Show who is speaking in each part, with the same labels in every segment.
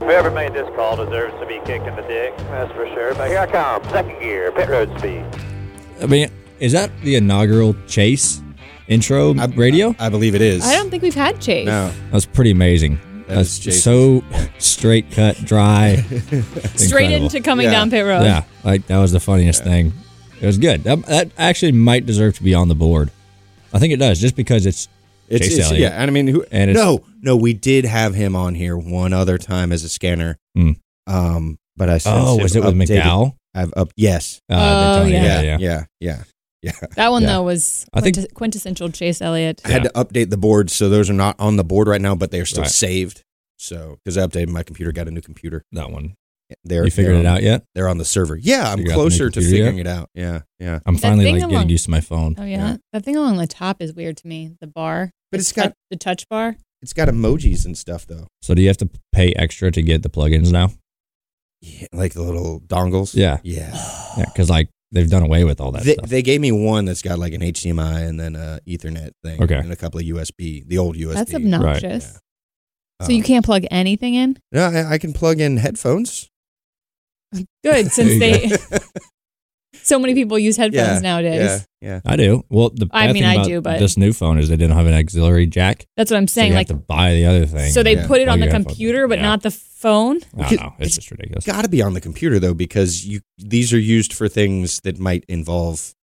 Speaker 1: Whoever made this call deserves to be kicked in the dick, that's for sure. But here I come, second gear, pit road speed.
Speaker 2: I mean, is that the inaugural Chase intro
Speaker 3: I-
Speaker 2: Uh, radio?
Speaker 3: I, I believe it is.
Speaker 4: I don't think we've had Chase.
Speaker 3: No.
Speaker 2: That was pretty amazing.
Speaker 3: That
Speaker 2: That's
Speaker 3: is Chase's.
Speaker 2: so straight cut, dry. It's
Speaker 4: Straight
Speaker 2: incredible.
Speaker 4: into coming
Speaker 3: Yeah.
Speaker 4: down pit road.
Speaker 2: Yeah, like that was the funniest thing. It was good. That, that actually might deserve to be on the board. I think it does, just because it's
Speaker 3: It's,
Speaker 2: Chase
Speaker 3: it's
Speaker 2: Elliott.
Speaker 3: yeah. And I mean, who?
Speaker 2: And it's-
Speaker 3: no, no, we did have him on here one other time as a scanner.
Speaker 2: Hmm.
Speaker 3: Um, but I since
Speaker 2: Oh,
Speaker 3: have
Speaker 2: was it with
Speaker 3: updated-
Speaker 2: McDowell?
Speaker 3: I've up. Yes.
Speaker 2: Uh,
Speaker 4: Oh,
Speaker 2: Tony,
Speaker 4: yeah.
Speaker 3: Yeah. Yeah. Yeah.
Speaker 4: That one
Speaker 3: Yeah.
Speaker 4: though was
Speaker 2: I think-
Speaker 4: quintes- quintessential Chase Elliott.
Speaker 3: I had to update the board, so those are not on the board right now, but they are still
Speaker 2: Right.
Speaker 3: saved. So because I updated my computer, got a new computer.
Speaker 2: That one.
Speaker 3: They're
Speaker 2: you figured
Speaker 3: they're
Speaker 2: it
Speaker 3: on-
Speaker 2: out yet?
Speaker 3: They're on the server. Yeah, I'm
Speaker 2: Figure out the new
Speaker 3: closer to
Speaker 2: computer yet?
Speaker 3: figuring it out. Yeah. Yeah.
Speaker 2: I'm finally
Speaker 4: thing
Speaker 2: like
Speaker 4: along-
Speaker 2: getting used to my phone.
Speaker 4: Oh yeah.
Speaker 3: Yeah.
Speaker 4: that thing along the top is weird to me. The bar,
Speaker 3: But
Speaker 4: The
Speaker 3: it's got-
Speaker 4: touch- the touch bar.
Speaker 3: It's got emojis and stuff though.
Speaker 2: So do you have to pay extra to get the plugins now?
Speaker 3: Yeah, like the little dongles.
Speaker 2: Yeah.
Speaker 3: Yeah.
Speaker 2: Yeah, because like they've done away with all that
Speaker 3: they,
Speaker 2: stuff.
Speaker 3: they gave me one that's got like an HDMI and then a Ethernet thing.
Speaker 2: Okay.
Speaker 3: And a couple of USB, the old USB.
Speaker 4: That's obnoxious.
Speaker 3: Yeah.
Speaker 4: So you
Speaker 3: Um,
Speaker 4: can't plug anything in.
Speaker 3: No, I, I can plug in headphones.
Speaker 4: Good,
Speaker 2: you
Speaker 4: since
Speaker 2: go.
Speaker 4: they so many people use headphones nowadays.
Speaker 3: Yeah. Yeah.
Speaker 2: I do. Well, the
Speaker 4: I
Speaker 2: bad
Speaker 4: mean,
Speaker 2: thing
Speaker 4: I
Speaker 2: about
Speaker 4: do, but-
Speaker 2: this new phone is they didn't have an auxiliary jack.
Speaker 4: That's what I'm
Speaker 2: so
Speaker 4: saying.
Speaker 2: you
Speaker 4: like,
Speaker 2: have to buy the other thing.
Speaker 4: so they
Speaker 3: Yeah.
Speaker 4: put it
Speaker 2: plug
Speaker 4: on the
Speaker 2: your headphones in.
Speaker 4: computer, but
Speaker 2: Yeah.
Speaker 4: not the phone.
Speaker 2: I don't know. It's,
Speaker 3: It's-
Speaker 2: just ridiculous.
Speaker 3: It's got to be on the computer though, because you these are used for things that might involve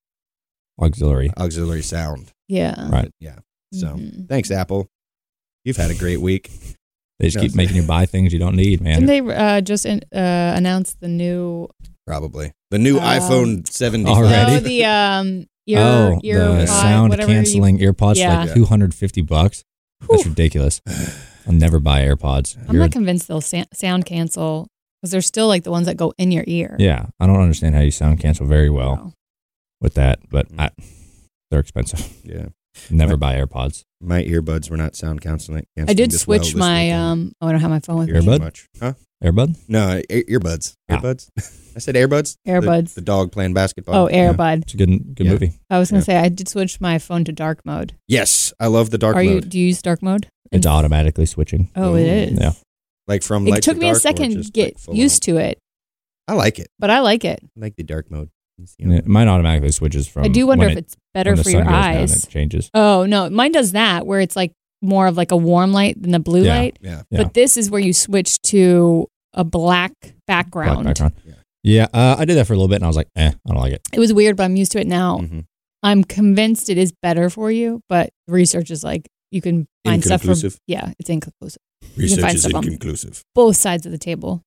Speaker 2: auxiliary.
Speaker 3: auxiliary sound.
Speaker 4: Yeah.
Speaker 2: Right.
Speaker 3: Yeah. So
Speaker 4: Mhm.
Speaker 3: thanks, Apple. You've had a great week.
Speaker 2: They just
Speaker 3: No,
Speaker 2: keep
Speaker 3: it's-
Speaker 2: making you buy things you don't need, man.
Speaker 4: Didn't they uh, just in, uh, announce the new
Speaker 3: Probably the new
Speaker 4: Um,
Speaker 3: iPhone 75.
Speaker 2: Already?
Speaker 4: No, the um ear
Speaker 2: oh,
Speaker 4: ear
Speaker 2: the
Speaker 4: pod,
Speaker 2: sound
Speaker 4: whatever you-
Speaker 2: canceling earpods
Speaker 4: Yeah.
Speaker 2: like 250 bucks. That's
Speaker 4: Whew.
Speaker 2: ridiculous. I'll never buy AirPods.
Speaker 4: I'm
Speaker 2: You're-
Speaker 4: not convinced they'll sa- sound cancel because they're still like the ones that go in your ear.
Speaker 2: yeah, I don't understand how you sound cancel very well
Speaker 4: So,
Speaker 2: with that, but I, they're expensive.
Speaker 3: yeah.
Speaker 2: Never buy AirPods.
Speaker 3: My earbuds were not sound canceling.
Speaker 4: I did
Speaker 3: this well
Speaker 4: switch
Speaker 3: this
Speaker 4: my
Speaker 3: weekend.
Speaker 4: um. Oh, I don't have my phone with
Speaker 3: Hear
Speaker 4: me.
Speaker 2: Earbud?
Speaker 3: too much. Huh?
Speaker 2: Airbud?
Speaker 3: No, ear- earbuds.
Speaker 2: Ah.
Speaker 3: Earbuds. I said earbuds. The-
Speaker 4: Earbuds.
Speaker 3: The, dog playing basketball.
Speaker 4: Oh, Airbud.
Speaker 2: It's a good good
Speaker 3: Yeah.
Speaker 2: movie.
Speaker 4: I was gonna
Speaker 3: Yeah.
Speaker 4: say I did switch my phone to dark mode.
Speaker 3: Yes, I love the dark
Speaker 4: Are you?
Speaker 3: mode.
Speaker 4: Do you use dark mode?
Speaker 2: It's automatically switching.
Speaker 4: Oh, it
Speaker 3: Ooh.
Speaker 4: is.
Speaker 2: Mm, Yeah.
Speaker 3: Like from
Speaker 4: It
Speaker 3: light
Speaker 4: took
Speaker 3: to
Speaker 4: me a
Speaker 3: dark or
Speaker 4: second to
Speaker 3: just,
Speaker 4: get
Speaker 3: like, full
Speaker 4: used to it,
Speaker 3: on? I like it.
Speaker 4: but I like it.
Speaker 3: I like the dark mode.
Speaker 2: Yeah, Mine automatically switches from.
Speaker 4: I do wonder
Speaker 2: when
Speaker 4: if
Speaker 2: it-
Speaker 4: it's better
Speaker 2: when the
Speaker 4: for your
Speaker 2: sun goes down,
Speaker 4: eyes.
Speaker 2: it changes.
Speaker 4: Oh no, mine does that where it's like more of like a warm light than the blue
Speaker 2: Yeah.
Speaker 4: light.
Speaker 3: Yeah.
Speaker 2: Yeah.
Speaker 4: But this is where you switch to a black
Speaker 2: Black
Speaker 4: background.
Speaker 2: background.
Speaker 3: Yeah.
Speaker 2: Yeah, uh, I did that for a little bit, and I was like, eh, I don't like it.
Speaker 4: It was weird, but I'm used to it now.
Speaker 3: Mhm.
Speaker 4: I'm convinced it is better for you, but research is like you can find stuff from
Speaker 3: Inconclusive.
Speaker 4: yeah, it's inconclusive.
Speaker 3: Research
Speaker 4: find
Speaker 3: is
Speaker 4: stuff on-
Speaker 3: inconclusive.
Speaker 4: Both sides of the table.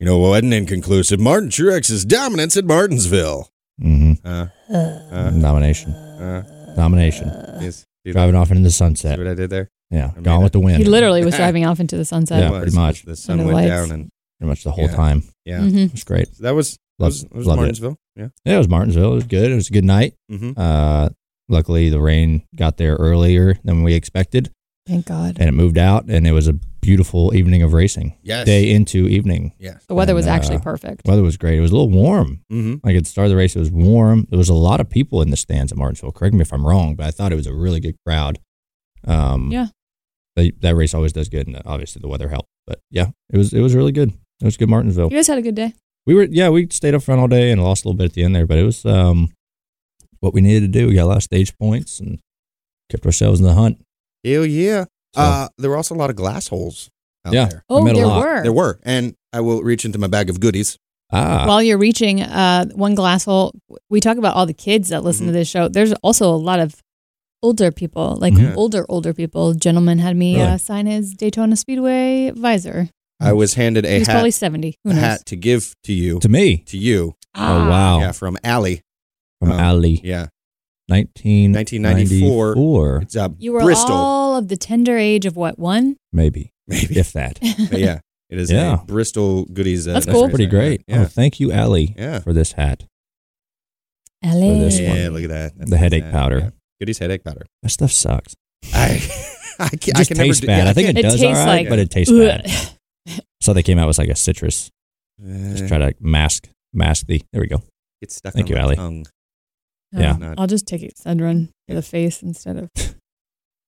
Speaker 3: You know what wasn't inconclusive? Martin Truex's dominance at Martinsville.
Speaker 2: Mm-hmm.
Speaker 3: Uh, uh,
Speaker 2: Nomination.
Speaker 3: uh,
Speaker 2: Nomination.
Speaker 3: yes. See
Speaker 2: Driving off into the
Speaker 3: see
Speaker 2: sunset.
Speaker 3: what I did there?
Speaker 2: Yeah.
Speaker 3: I made
Speaker 2: Gone with
Speaker 3: it.
Speaker 2: the wind.
Speaker 4: He literally was driving off into the sunset.
Speaker 2: Yeah,
Speaker 3: It was.
Speaker 2: pretty much.
Speaker 3: The sun
Speaker 4: Under
Speaker 3: went
Speaker 4: lights.
Speaker 3: down, and
Speaker 2: pretty much the whole
Speaker 3: Yeah.
Speaker 2: time.
Speaker 3: yeah,
Speaker 4: Mhm.
Speaker 2: It was great.
Speaker 3: so that was that
Speaker 2: Loved-
Speaker 3: was, that was
Speaker 2: loved it.
Speaker 3: Martinsville. Yeah.
Speaker 2: Yeah, it was Martinsville. It was good. It was a good night.
Speaker 3: Mm-hmm.
Speaker 2: Uh, luckily, the rain got there earlier than we expected,
Speaker 4: Thank God.
Speaker 2: and it moved out, and it was a beautiful evening of racing.
Speaker 3: Yes.
Speaker 2: Day into evening.
Speaker 3: Yes.
Speaker 4: The weather
Speaker 2: And,
Speaker 4: was actually
Speaker 2: uh,
Speaker 4: perfect.
Speaker 2: Weather was great. It was a little warm.
Speaker 3: Mm-hmm.
Speaker 2: Like at the start of the race, it was warm. There was a lot of people in the stands at Martinsville. Correct me if I'm wrong, but I thought it was a really good crowd. Um,
Speaker 4: Yeah.
Speaker 2: they- that race always does good, and obviously the weather helped. But yeah, it was it was really good. It was good Martinsville.
Speaker 4: You guys had a good day.
Speaker 2: We were yeah we stayed up front all day and lost a little bit at the end there, but it was um what we needed to do. We got a lot of stage points and kept ourselves in the hunt.
Speaker 3: Hell yeah.
Speaker 2: So-
Speaker 3: Uh, there were also a lot of glass holes out
Speaker 2: Yeah.
Speaker 3: there.
Speaker 2: I
Speaker 4: Oh,
Speaker 2: met a
Speaker 4: there
Speaker 2: lot.
Speaker 4: were.
Speaker 3: There were. And I will reach into my bag of goodies.
Speaker 2: Ah,
Speaker 4: While you're reaching uh, one glass hole, we talk about all the kids that
Speaker 3: Mm-hmm.
Speaker 4: listen to this show. There's also a lot of older people, like
Speaker 3: Mhm.
Speaker 4: older, older people. Gentleman had me
Speaker 2: Really?
Speaker 4: uh, sign his Daytona Speedway visor.
Speaker 3: I was handed a
Speaker 4: He's probably
Speaker 3: hat,
Speaker 4: 70. Who
Speaker 3: a
Speaker 4: knows?
Speaker 3: hat to give to you.
Speaker 2: Mm. to me.
Speaker 3: To you.
Speaker 4: Ah.
Speaker 2: Oh wow,
Speaker 3: Yeah, from Allie.
Speaker 2: from
Speaker 3: um,
Speaker 2: Ali,
Speaker 3: Yeah.
Speaker 2: nineteen
Speaker 3: 1994.
Speaker 2: ninety-four,
Speaker 3: It's uh,
Speaker 4: You were
Speaker 3: Bristol.
Speaker 4: all of the tender age of what, one?
Speaker 2: maybe
Speaker 3: maybe.
Speaker 2: if that.
Speaker 3: But yeah. It is
Speaker 2: Yeah.
Speaker 3: a Bristol goodies. Uh,
Speaker 4: That's
Speaker 2: That's
Speaker 4: cool.
Speaker 3: right
Speaker 2: pretty
Speaker 3: there.
Speaker 2: great.
Speaker 3: Yeah.
Speaker 2: Oh, thank you, Ali,
Speaker 3: Yeah.
Speaker 2: for this hat.
Speaker 4: LA.
Speaker 2: For Oh, this
Speaker 3: yeah.
Speaker 2: one.
Speaker 3: look at that. That's
Speaker 2: The headache
Speaker 3: that.
Speaker 2: powder.
Speaker 3: Yeah. Goodies headache powder.
Speaker 2: That stuff sucks.
Speaker 3: I, I, can,
Speaker 2: It
Speaker 3: I
Speaker 2: just
Speaker 3: can
Speaker 2: tastes
Speaker 3: never do,
Speaker 2: bad.
Speaker 3: yeah,
Speaker 2: I think it,
Speaker 4: It
Speaker 2: does all
Speaker 4: tastes
Speaker 2: right,
Speaker 4: like-
Speaker 2: but it tastes bad.
Speaker 4: Ugh.
Speaker 2: So they came out with like a citrus. Just
Speaker 3: can't.
Speaker 2: try to mask mask the. There we go.
Speaker 3: It's stuck
Speaker 2: Thank
Speaker 3: on
Speaker 2: you,
Speaker 3: my
Speaker 2: Allie.
Speaker 3: tongue.
Speaker 2: Yeah.
Speaker 4: Um, I'll just take Excedrin for the face instead of.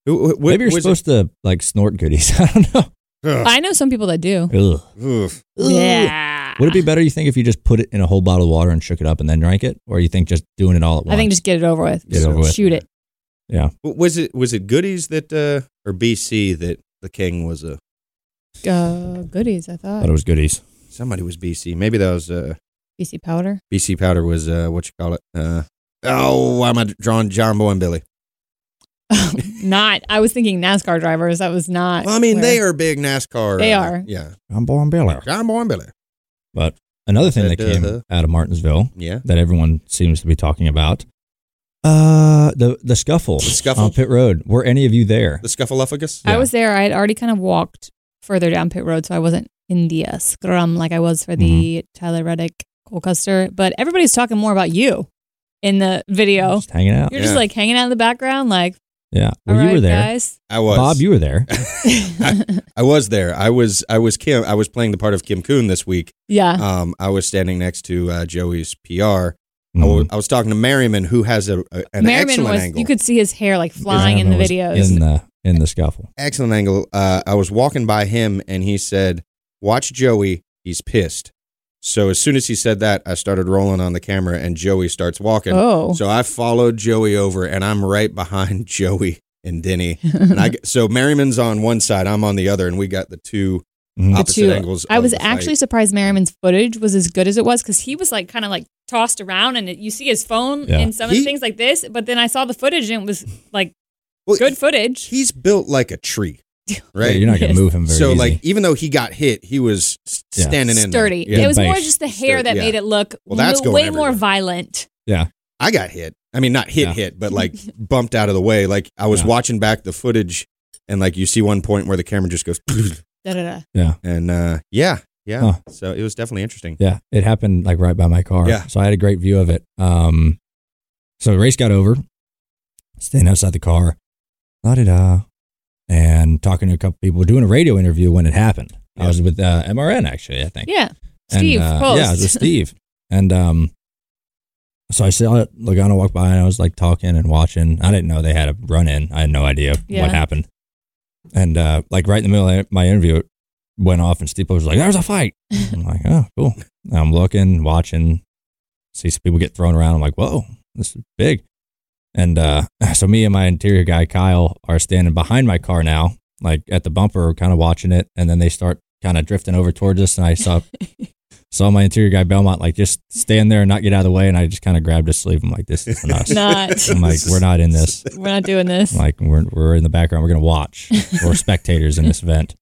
Speaker 3: Who- who- what
Speaker 2: Maybe you're
Speaker 3: was it?
Speaker 2: supposed to like snort goodies. I don't know.
Speaker 4: But I know some people that do.
Speaker 2: Ugh.
Speaker 3: Oof.
Speaker 4: Yeah.
Speaker 2: Would it be better, you think, if you just put it in a whole bottle of water and shook it up and then drank it? Or you think just doing it all at once?
Speaker 4: I think just get it over with.
Speaker 2: Get it over with.
Speaker 4: Shoot it.
Speaker 3: W- Was it was it goodies that uh, or BC that the king was a
Speaker 4: Uh, goodies, I
Speaker 2: I
Speaker 4: thought.
Speaker 2: thought it was goodies.
Speaker 3: somebody was BC? Maybe that was uh,
Speaker 4: BC powder.
Speaker 3: BC powder was uh, what you call it? Uh, oh, why am I drawing Jumbo and Billy?
Speaker 4: not. I was thinking NASCAR drivers. That was not.
Speaker 3: Well, I mean,
Speaker 4: where-
Speaker 3: they are big NASCAR.
Speaker 4: They
Speaker 3: uh,
Speaker 4: are.
Speaker 3: Yeah,
Speaker 2: I'm born bailer.
Speaker 3: Jumbo and Billy.
Speaker 2: But another thing that came
Speaker 3: Uh-huh.
Speaker 2: out of Martinsville
Speaker 3: Yeah.
Speaker 2: that everyone seems to be talking about uh, the, the scuffle. The
Speaker 3: scuffle?
Speaker 2: On Pit Road. Were any of you there?
Speaker 3: The scuffleupagus.
Speaker 4: I was there. I had already kind of walked further down pit road, so I wasn't in the uh, scrum like I was for the Tyler Reddick Cole Custer. But everybody's talking more about you in the video.
Speaker 2: Just hanging out.
Speaker 4: You're just
Speaker 3: Yeah.
Speaker 4: like hanging out in the background, like,
Speaker 2: Yeah.
Speaker 4: all
Speaker 2: Oh, Well,
Speaker 4: right,
Speaker 2: you were there.
Speaker 4: guys.
Speaker 3: I was.
Speaker 2: Bob, you were there.
Speaker 3: I was there. I was. I was Kim. I was playing the part of Kim Kuhn this week.
Speaker 4: yeah.
Speaker 3: Um, I was standing next to uh, Joey's PR. I
Speaker 2: Mm-hmm.
Speaker 3: wa- I was, talking to Merriman, who has a, a- an
Speaker 4: Merriman
Speaker 3: excellent
Speaker 4: was,
Speaker 3: angle.
Speaker 4: you could see his hair like flying in the
Speaker 2: It was
Speaker 4: videos.
Speaker 2: In the, in the scuffle.
Speaker 3: excellent angle. Uh, I was walking by him, and he said, "Watch Joey. He's pissed." So as soon as he said that, I started rolling on the camera, and Joey starts walking.
Speaker 4: oh.
Speaker 3: So I followed Joey over, and I'm right behind Joey and Denny. And I, so Merriman's on one side, I'm on the other, and we got the two
Speaker 2: Mhm.
Speaker 4: The
Speaker 3: opposite
Speaker 4: two-
Speaker 3: angles.
Speaker 4: I
Speaker 3: of
Speaker 4: was
Speaker 3: the fight.
Speaker 4: actually surprised Merriman's footage was as good as it was because he was like kind of like tossed around and it, you see his phone
Speaker 2: Yeah.
Speaker 4: and some of
Speaker 3: He-
Speaker 4: the things like this. But then I saw the footage and it was like
Speaker 3: Well,
Speaker 4: good footage.
Speaker 3: He's built like a tree,
Speaker 2: Yeah,
Speaker 3: right?
Speaker 2: you're not going
Speaker 4: Yes.
Speaker 2: to move him very
Speaker 3: so
Speaker 2: easy.
Speaker 3: like, even though he got hit, he was s-
Speaker 2: Yeah.
Speaker 3: standing in there.
Speaker 4: Sturdy.
Speaker 3: Yeah.
Speaker 4: It was more
Speaker 2: Base.
Speaker 4: just the hair
Speaker 3: Sturdy,
Speaker 4: that
Speaker 3: yeah.
Speaker 4: made it look
Speaker 3: Well, that's
Speaker 4: mo-
Speaker 3: going
Speaker 4: way
Speaker 3: everywhere.
Speaker 4: more violent.
Speaker 3: I got hit. I mean, not hit,
Speaker 2: Yeah.
Speaker 3: hit, but like bumped out of the way. Like I was
Speaker 2: Yeah.
Speaker 3: watching back the footage, and like you see one point where the camera just goes,
Speaker 4: Da, da, da.
Speaker 3: and uh, yeah, yeah.
Speaker 2: Huh.
Speaker 3: So it was definitely interesting.
Speaker 2: Yeah, it happened like right by my car.
Speaker 3: Yeah.
Speaker 2: So I had a great view of it. Um, so the race got over, standing outside the car, la da da, and talking to a couple people, doing a radio interview when it happened. I
Speaker 3: Yeah.
Speaker 2: was with uh, MRN actually, I think.
Speaker 4: Yeah.
Speaker 2: And,
Speaker 4: Steve,
Speaker 2: uh,
Speaker 4: post.
Speaker 2: Yeah, I was with Steve. and um, so I saw Logano walk by, and I was like talking and watching. I didn't know they had a run in. I had no idea
Speaker 4: Yeah.
Speaker 2: what happened. And uh, like right in the middle of my interview, it went off, and Steve was like, "There's a fight." I'm like, "Oh, cool." I'm looking, watching, see some people get thrown around. I'm like, "Whoa, this is big." And uh, so me and my interior guy Kyle are standing behind my car now, like at the bumper, kind of watching it, and then they start kind of drifting over towards us, and I saw saw my interior guy Belmont like just stand there and not get out of the way, and I just kind of grabbed his sleeve. I'm like, "This is us."
Speaker 4: Not.
Speaker 2: I'm like, "We're not in this."
Speaker 4: We're not doing this.
Speaker 2: Like we're we're in the background. We're gonna watch. We're spectators in this event.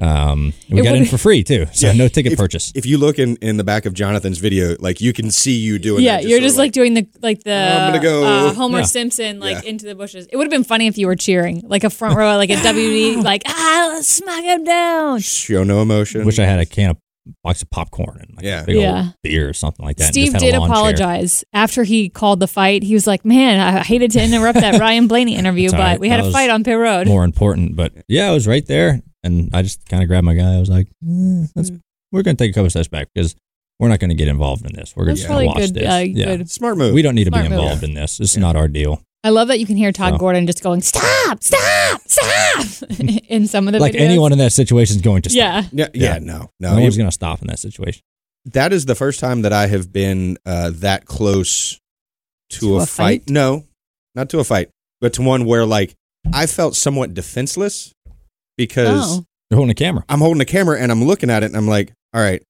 Speaker 2: Um, we
Speaker 4: It
Speaker 2: got
Speaker 4: would-
Speaker 2: in for free too, so
Speaker 3: Yeah.
Speaker 2: no ticket
Speaker 3: If-
Speaker 2: purchase.
Speaker 3: If you look in, in the back of Jonathan's video, like you can see you doing.
Speaker 4: yeah,
Speaker 3: that, sort
Speaker 4: you're
Speaker 3: of
Speaker 4: just like, doing the like the
Speaker 3: I'm gonna go-
Speaker 4: uh, Homer
Speaker 2: Yeah.
Speaker 4: Simpson like
Speaker 3: Yeah.
Speaker 4: into the bushes. It would have been funny if you were cheering like a front row, like a WD, like ah, let's smack him down.
Speaker 3: show no emotion.
Speaker 2: Wish I had a can of box of popcorn and like
Speaker 3: Yeah.
Speaker 2: a big old
Speaker 4: Yeah.
Speaker 2: beer or something like that. and
Speaker 4: Steve
Speaker 2: just had a
Speaker 4: did
Speaker 2: lawn chair.
Speaker 4: apologize after he called the fight. He was like, "Man, I hated to interrupt that Ryan Blaney interview,
Speaker 2: It's all
Speaker 4: but
Speaker 2: right.
Speaker 4: we had
Speaker 2: That
Speaker 4: a
Speaker 2: was
Speaker 4: fight on pit road."
Speaker 2: More important, but yeah, I was right there, and I just kind of grabbed my guy. I was like, eh, let's,
Speaker 4: Mm.
Speaker 2: "We're gonna take a couple steps back because we're not gonna get involved in this. We're gonna
Speaker 4: That's
Speaker 2: just
Speaker 4: probably
Speaker 2: watch
Speaker 4: good.
Speaker 2: this.
Speaker 4: Uh,
Speaker 2: yeah,
Speaker 4: good.
Speaker 3: smart move.
Speaker 2: we don't need to
Speaker 4: Smart
Speaker 2: be
Speaker 4: move.
Speaker 2: involved in this. This is not our deal.
Speaker 4: I love that you can hear Todd
Speaker 2: So.
Speaker 4: Gordon just going, "Stop! Stop! Stop!" in some of the
Speaker 2: like
Speaker 4: videos.
Speaker 2: anyone in that situation is going to stop.
Speaker 4: Yeah,
Speaker 3: yeah, yeah,
Speaker 2: Yeah.
Speaker 3: no,
Speaker 2: no
Speaker 3: no.
Speaker 2: one's gonna stop in that situation.
Speaker 3: that is the first time that I have been uh, that close to,
Speaker 4: To
Speaker 3: a,
Speaker 4: a
Speaker 3: fight.
Speaker 4: fight?
Speaker 3: No, not to a fight, but to one where like I felt somewhat defenseless because
Speaker 4: oh,
Speaker 2: They're holding a camera.
Speaker 3: I'm holding the camera and I'm looking at it and I'm like, all right,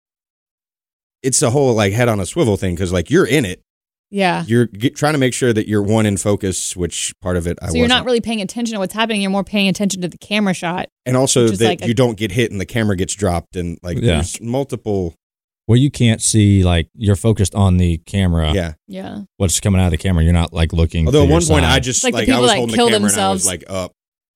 Speaker 3: it's a whole like head on a swivel thing because like you're in it,
Speaker 4: yeah.
Speaker 3: you're get, trying to make sure that you're one in focus, which part of it I
Speaker 4: so you're not
Speaker 3: wasn't.
Speaker 4: really paying attention to what's happening. You're more paying attention to the camera shot.
Speaker 3: and also
Speaker 4: which is
Speaker 3: that
Speaker 4: like a-
Speaker 3: you don't get hit and the camera gets dropped and like
Speaker 2: Yeah.
Speaker 3: there's multiple
Speaker 2: Well, you can't see like you're focused on the camera.
Speaker 3: yeah.
Speaker 4: Yeah.
Speaker 2: what's coming out of the camera. You're not like looking.
Speaker 3: Although
Speaker 2: to
Speaker 3: at
Speaker 2: your
Speaker 3: one point
Speaker 2: side.
Speaker 3: I just
Speaker 4: Like
Speaker 3: like,
Speaker 4: the
Speaker 3: I
Speaker 4: people
Speaker 3: was
Speaker 4: that
Speaker 3: holding the
Speaker 4: kill
Speaker 3: camera
Speaker 4: thememselves.
Speaker 3: and I was like up,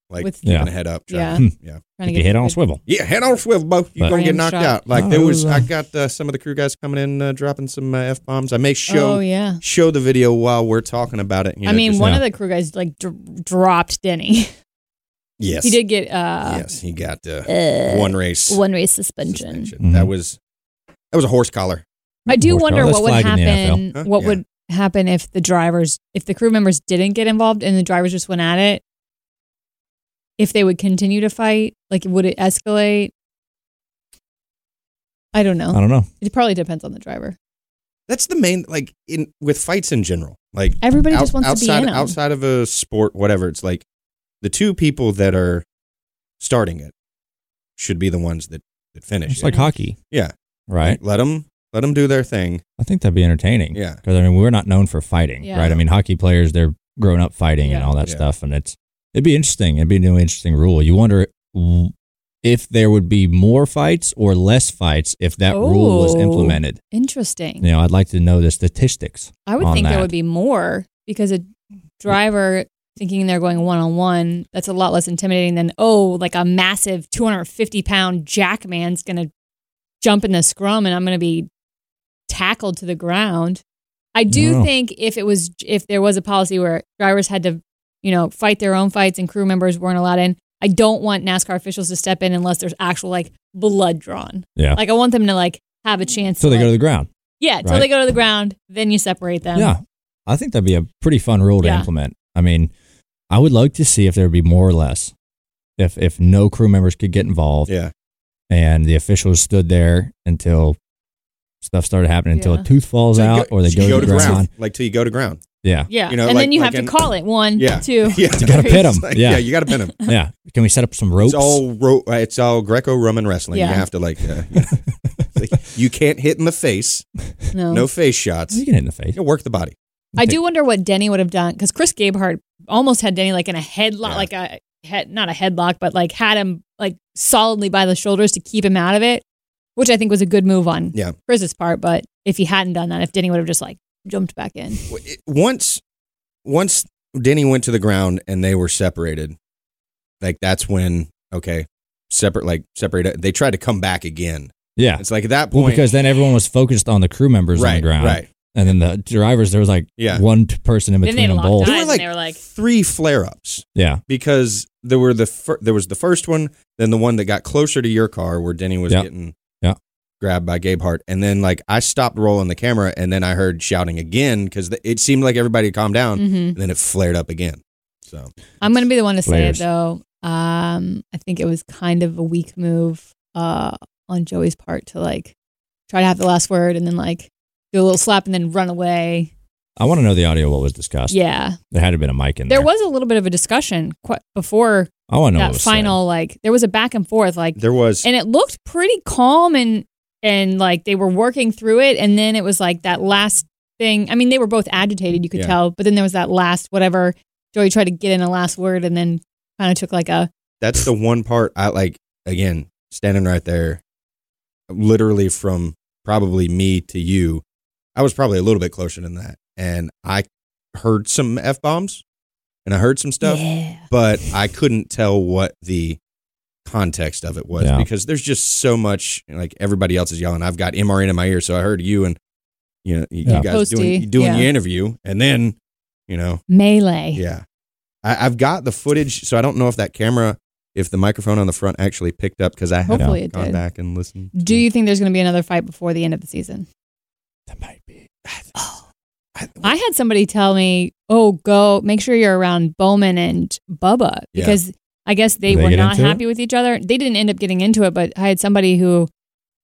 Speaker 3: like
Speaker 4: With-
Speaker 3: keeping
Speaker 2: Yeah. Hmm.
Speaker 3: a head up.
Speaker 4: Yeah.
Speaker 3: Trying, yeah.
Speaker 4: Trying
Speaker 2: Like your head on a swivel.
Speaker 3: Yeah, head on swivel, Bo. You're
Speaker 2: But-
Speaker 3: gonna get
Speaker 4: Ram
Speaker 3: knocked
Speaker 4: shot.
Speaker 3: out. Like
Speaker 2: No,
Speaker 3: there
Speaker 2: it
Speaker 3: was,
Speaker 2: was, uh,
Speaker 3: I got uh, some of the crew guys coming in, uh, dropping some uh, f bombs. I may show
Speaker 4: Oh yeah.
Speaker 3: show the video while we're talking about it. you
Speaker 4: I
Speaker 3: know,
Speaker 4: mean,
Speaker 3: just-
Speaker 4: one
Speaker 2: yeah.
Speaker 4: of the crew guys like dr- dropped Denny.
Speaker 3: yes,
Speaker 4: he did get uh,
Speaker 3: yes, he got uh,
Speaker 4: uh,
Speaker 3: one race
Speaker 4: one race suspension.
Speaker 3: suspension.
Speaker 2: Mhm.
Speaker 3: That was that was a horse collar.
Speaker 4: I do
Speaker 2: Horse
Speaker 4: wonder
Speaker 2: collar.
Speaker 4: what would
Speaker 2: That's flagged in the
Speaker 4: happen.
Speaker 3: NFL. Huh?
Speaker 4: What
Speaker 3: Yeah.
Speaker 4: would happen if the drivers, if the crew members didn't get involved and the drivers just went at it? If they would continue to fight, like would it escalate? I don't know.
Speaker 2: I don't know.
Speaker 4: It probably depends on the driver.
Speaker 3: That's the main like in with fights in general. Like
Speaker 4: Everybody
Speaker 3: out-
Speaker 4: just wants
Speaker 3: outside
Speaker 4: to be in 'em.
Speaker 3: outside of a sport, whatever. It's like the two people that are starting it should be the ones that that finish.
Speaker 2: It's
Speaker 3: it.
Speaker 2: like hockey,
Speaker 3: yeah,
Speaker 2: right? Mm.
Speaker 3: Let them let them do their thing.
Speaker 2: I think that'd be entertaining.
Speaker 3: Yeah.
Speaker 2: Because I mean, we're not known for fighting,
Speaker 4: Yeah.
Speaker 2: right? I mean, hockey players, they're grown up fighting and
Speaker 4: Yeah.
Speaker 2: all that
Speaker 3: Yeah.
Speaker 2: stuff. And it's, it'd be interesting. It'd be a new interesting rule. You wonder w- if there would be more fights or less fights if that rule was
Speaker 4: Oh.
Speaker 2: implemented.
Speaker 4: Interesting.
Speaker 2: You know, I'd like to know the statistics.
Speaker 4: I would
Speaker 2: on
Speaker 4: think
Speaker 2: that.
Speaker 4: there would be more because a driver thinking they're going one on one, that's a lot less intimidating than, oh, like a massive 250 pound jack man's going to jump in the scrum and I'm going to be tackled to the ground. I do
Speaker 2: No.
Speaker 4: think if it was, if there was a policy where drivers had to, you know, fight their own fights and crew members weren't allowed in, I don't want NASCAR officials to step in unless there's actual like blood drawn.
Speaker 2: Yeah.
Speaker 4: Like I want them to like have a chance.
Speaker 2: So
Speaker 4: to,
Speaker 2: they go
Speaker 4: like-
Speaker 2: to the ground.
Speaker 4: yeah, till
Speaker 2: Right.
Speaker 4: they go to the ground, then you separate them.
Speaker 2: yeah. I think that'd be a pretty fun rule to
Speaker 4: Yeah.
Speaker 2: implement. I mean, I would like to see if there'd be more or less. If if no crew members could get involved
Speaker 3: Yeah,
Speaker 2: and the officials stood there until stuff started happening until
Speaker 4: Yeah.
Speaker 2: a tooth falls
Speaker 3: Like,
Speaker 2: out or they
Speaker 3: you
Speaker 2: go, to the ground.
Speaker 3: like till you go to ground.
Speaker 2: Yeah.
Speaker 4: Yeah.
Speaker 3: You know,
Speaker 4: and
Speaker 3: like-
Speaker 4: then you
Speaker 3: like
Speaker 4: have
Speaker 3: an-
Speaker 4: to call it one,
Speaker 3: Yeah.
Speaker 4: two.
Speaker 3: Yeah,
Speaker 2: You gotta pit 'em.
Speaker 3: It's like,
Speaker 2: Yeah.
Speaker 3: you gotta pin them.
Speaker 2: Yeah. Can we set up some ropes?
Speaker 3: It's all ro- uh, it's all Greco-Roman wrestling. You
Speaker 4: Yeah.
Speaker 3: have to like, uh, it's like, you can't hit in the face.
Speaker 4: No.
Speaker 3: No face shots.
Speaker 2: you can hit in the face.
Speaker 3: You work the body.
Speaker 4: I do wonder what Denny would have done because Chris Gabehart almost had Denny like in a headlock,
Speaker 3: Yeah.
Speaker 4: like a head, not a headlock, but like had him like solidly by the shoulders to keep him out of it, which I think was a good move on
Speaker 3: Yeah.
Speaker 4: Chris's part. But if he hadn't done that, if Denny would have just like jumped back in,
Speaker 3: W- it- Once, once Denny went to the ground and they were separated, like that's when okay, separate like separate. They tried to come back again.
Speaker 2: Yeah.
Speaker 3: It's like at that
Speaker 2: Well,
Speaker 3: point,
Speaker 2: because then everyone was focused on the crew members
Speaker 3: right,
Speaker 2: on the ground.
Speaker 3: right.
Speaker 2: And then the drivers, there was like
Speaker 3: Yeah.
Speaker 2: one t- person in
Speaker 4: Then they
Speaker 2: between them both.
Speaker 4: locked eyes.
Speaker 3: There were
Speaker 4: and
Speaker 3: like,
Speaker 4: they were like-
Speaker 3: three flare-ups
Speaker 2: Yeah.
Speaker 3: because there were the fir- there was the first one, then the one that got closer to your car where Denny was
Speaker 2: Yeah.
Speaker 3: getting
Speaker 2: Yeah.
Speaker 3: grabbed by Gabe Hart, and then like I stopped rolling the camera, and then I heard shouting again because it seemed like everybody had calmed down,
Speaker 4: Mhm.
Speaker 3: and then it flared up again. So
Speaker 4: I'm going to be the one to say
Speaker 2: Layers.
Speaker 4: it though. Um, I think it was kind of a weak move uh, on Joey's part to like try to have the last word and then like do a little slap and then run away.
Speaker 2: I want to know the audio of what was discussed.
Speaker 4: Yeah.
Speaker 2: There had to have been a mic in there.
Speaker 4: There was a little bit of a discussion qu- before
Speaker 2: I want to know what
Speaker 4: that
Speaker 2: was
Speaker 4: final. Like there was a back and forth. Like
Speaker 3: there was
Speaker 4: and it looked pretty calm and and like they were working through it. And then it was like that last thing. I mean, they were both agitated. You could
Speaker 3: Yeah.
Speaker 4: tell. But then there was that last whatever. Joey tried to get in a last word and then kind of took like a
Speaker 3: that's the one part I like. Again, standing right there, literally from probably me to you, I was probably a little bit closer than that, and I heard some f bombs, and I heard some stuff.
Speaker 4: yeah.
Speaker 3: but I couldn't tell what the context of it was
Speaker 2: Yeah.
Speaker 3: because there's just so much like everybody else is yelling. I've got MRN in my ear, so I heard you and you know you, you
Speaker 2: Yeah.
Speaker 3: guys
Speaker 4: Posty,
Speaker 3: doing you doing
Speaker 4: yeah.
Speaker 3: the interview, and then you know
Speaker 4: melee.
Speaker 3: yeah, I, I've got the footage, so I don't know if that camera, if the microphone on the front actually picked up because I haven't
Speaker 4: Hopefully it
Speaker 3: gone
Speaker 4: did.
Speaker 3: back and listened.
Speaker 4: Do you think there's going to be another fight before the end of the season?
Speaker 2: That might be.
Speaker 4: I had somebody tell me, "Oh, go make sure you're around Bowman and Bubba
Speaker 3: Yeah.
Speaker 4: because I guess they,
Speaker 2: Did they
Speaker 4: were
Speaker 2: get
Speaker 4: not
Speaker 2: into it?
Speaker 4: happy with each other. They didn't end up getting into it, but I had somebody who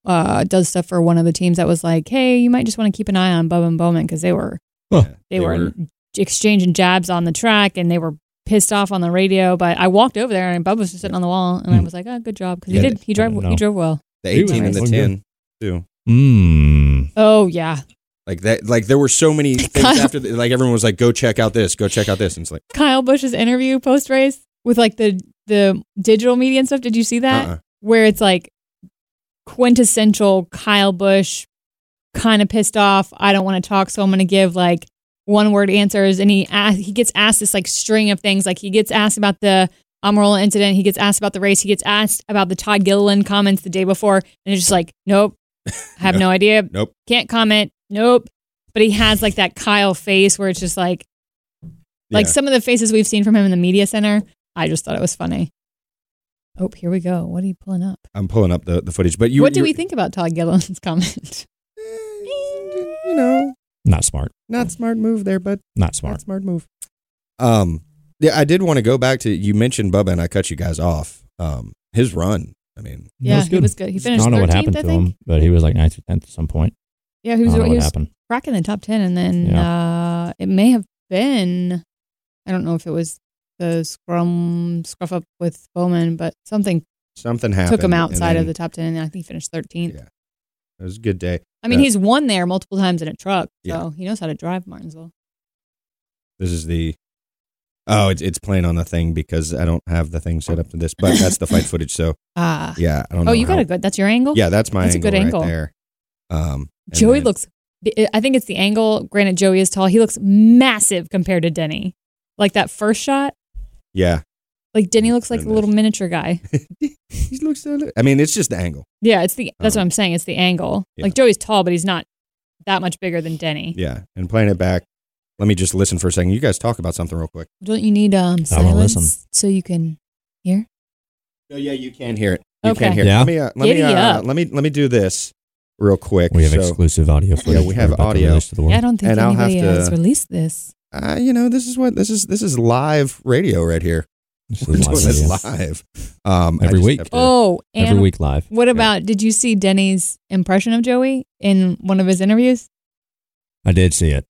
Speaker 4: uh, does stuff for one of the teams that was like, "Hey, you might just want to keep an eye on Bubba and Bowman because they were
Speaker 2: Huh.
Speaker 4: they, were, exchanging jabs on the track and they were pissed off on the radio." But I walked over there and Bubba was just sitting on the wall, and I
Speaker 2: Hmm.
Speaker 4: was like, "Oh, good job," because
Speaker 3: Yeah,
Speaker 4: he did he drove
Speaker 2: don't know.
Speaker 4: he drove well.
Speaker 3: the
Speaker 2: He was
Speaker 3: 18 and the
Speaker 2: nice.
Speaker 3: 10 too.
Speaker 2: Mmm.
Speaker 4: Oh yeah,
Speaker 3: Like that, like there were so many things
Speaker 4: Kyle-
Speaker 3: after. The, like everyone was like, "Go check out this, go check out this," and it's like,
Speaker 4: Kyle Bush's interview post race with like the the digital media and stuff. Did you see that?
Speaker 3: uh-uh.
Speaker 4: Where it's like quintessential Kyle Bush, kind of pissed off. I don't want to talk, so I'm going to give like one word answers. And he a- he gets asked this like string of things. Like he gets asked about the Amarola incident. He gets asked about the race. He gets asked about the Todd Gilliland comments the day before, and it's just like, nope, have
Speaker 3: No.
Speaker 4: no idea.
Speaker 3: Nope.
Speaker 4: can't comment. Nope. But he has like that Kyle face where it's just like. Like
Speaker 3: Yeah.
Speaker 4: some of the faces we've seen from him in the media center, I just thought it was funny. Oh, here we go. What are you pulling up?
Speaker 3: I'm pulling up the, the footage, but you.
Speaker 4: what do
Speaker 3: you-
Speaker 4: we think about Todd Gilliland's comment?
Speaker 3: You know,
Speaker 2: Not smart.
Speaker 3: not smart move there, but
Speaker 2: Not smart.
Speaker 3: smart move. Um, yeah, I did want to go back to you mentioned Bubba, and I cut you guys off. Um, his run I mean,
Speaker 4: Yeah,
Speaker 2: was
Speaker 4: he
Speaker 2: good.
Speaker 4: was good. He
Speaker 2: I
Speaker 4: finished
Speaker 2: don't know what happened
Speaker 4: 13th, I
Speaker 2: to
Speaker 4: think.
Speaker 2: him, but he was like ninth or tenth at some point.
Speaker 4: Yeah, he
Speaker 2: I
Speaker 4: was,
Speaker 2: don't know
Speaker 4: he
Speaker 2: what
Speaker 4: was
Speaker 2: happened.
Speaker 4: cracking the top 10. And then uh, it may have been, I don't know if it was the scrum scruff up with Bowman, but something
Speaker 3: something happened.
Speaker 4: took him
Speaker 3: and
Speaker 4: outside of
Speaker 3: then
Speaker 4: the top 10. And I think he finished 13th.
Speaker 3: Yeah. It was a good day.
Speaker 4: I mean,
Speaker 3: Yeah.
Speaker 4: he's won there multiple times in a truck.
Speaker 3: Yeah.
Speaker 4: So he knows how to drive Martinsville.
Speaker 3: This is the. Oh, it's it's playing on the thing because I don't have the thing set up to this, but that's the fight footage. So
Speaker 4: Ah.
Speaker 3: yeah, I don't know.
Speaker 4: oh, you
Speaker 3: how-
Speaker 4: got a good, that's your angle?
Speaker 3: Yeah, that's my
Speaker 4: That's a
Speaker 3: angle
Speaker 4: good
Speaker 3: right
Speaker 4: angle.
Speaker 3: there. Um, and
Speaker 4: Joey
Speaker 3: then-
Speaker 4: looks. I think it's the angle. Granted, Joey is tall. He looks massive compared to Denny. Like that first shot,
Speaker 3: Yeah,
Speaker 4: like Denny
Speaker 3: Oh,
Speaker 4: looks like a little miniature guy.
Speaker 3: he looks. I mean, it's just the angle.
Speaker 4: Yeah, it's the. That's
Speaker 3: Um,
Speaker 4: what I'm saying. It's the angle.
Speaker 3: yeah.
Speaker 4: Like Joey's tall, but he's not that much bigger than Denny.
Speaker 3: Yeah, and playing it back. Let me just listen for a second. You guys talk about something real quick.
Speaker 4: Don't you need um
Speaker 2: I wanna listen.
Speaker 4: silence so you can hear?
Speaker 3: No, yeah, you can hear it. You can
Speaker 4: Okay.
Speaker 3: hear
Speaker 2: Yeah.
Speaker 3: it. Let me, uh, let,
Speaker 4: Giddy
Speaker 3: me uh,
Speaker 4: up.
Speaker 3: let me let me do this real quick.
Speaker 2: We have
Speaker 3: so,
Speaker 2: exclusive audio footage.
Speaker 3: we
Speaker 2: that
Speaker 3: have
Speaker 2: we're about to
Speaker 3: audio.
Speaker 2: release to the world.
Speaker 4: Yeah, I don't think
Speaker 3: And I'll
Speaker 4: anybody
Speaker 3: have to-
Speaker 4: has released this.
Speaker 3: uh, you know, this is what this is. This is live radio right here.
Speaker 2: This is
Speaker 3: We're doing
Speaker 2: live
Speaker 3: this
Speaker 2: video.
Speaker 3: live um, I
Speaker 2: Every
Speaker 3: just
Speaker 2: week.
Speaker 3: have to-
Speaker 4: Oh, and
Speaker 2: Every week live.
Speaker 4: what about? Did you see Denny's impression of Joey in one of his interviews?
Speaker 2: I did see it.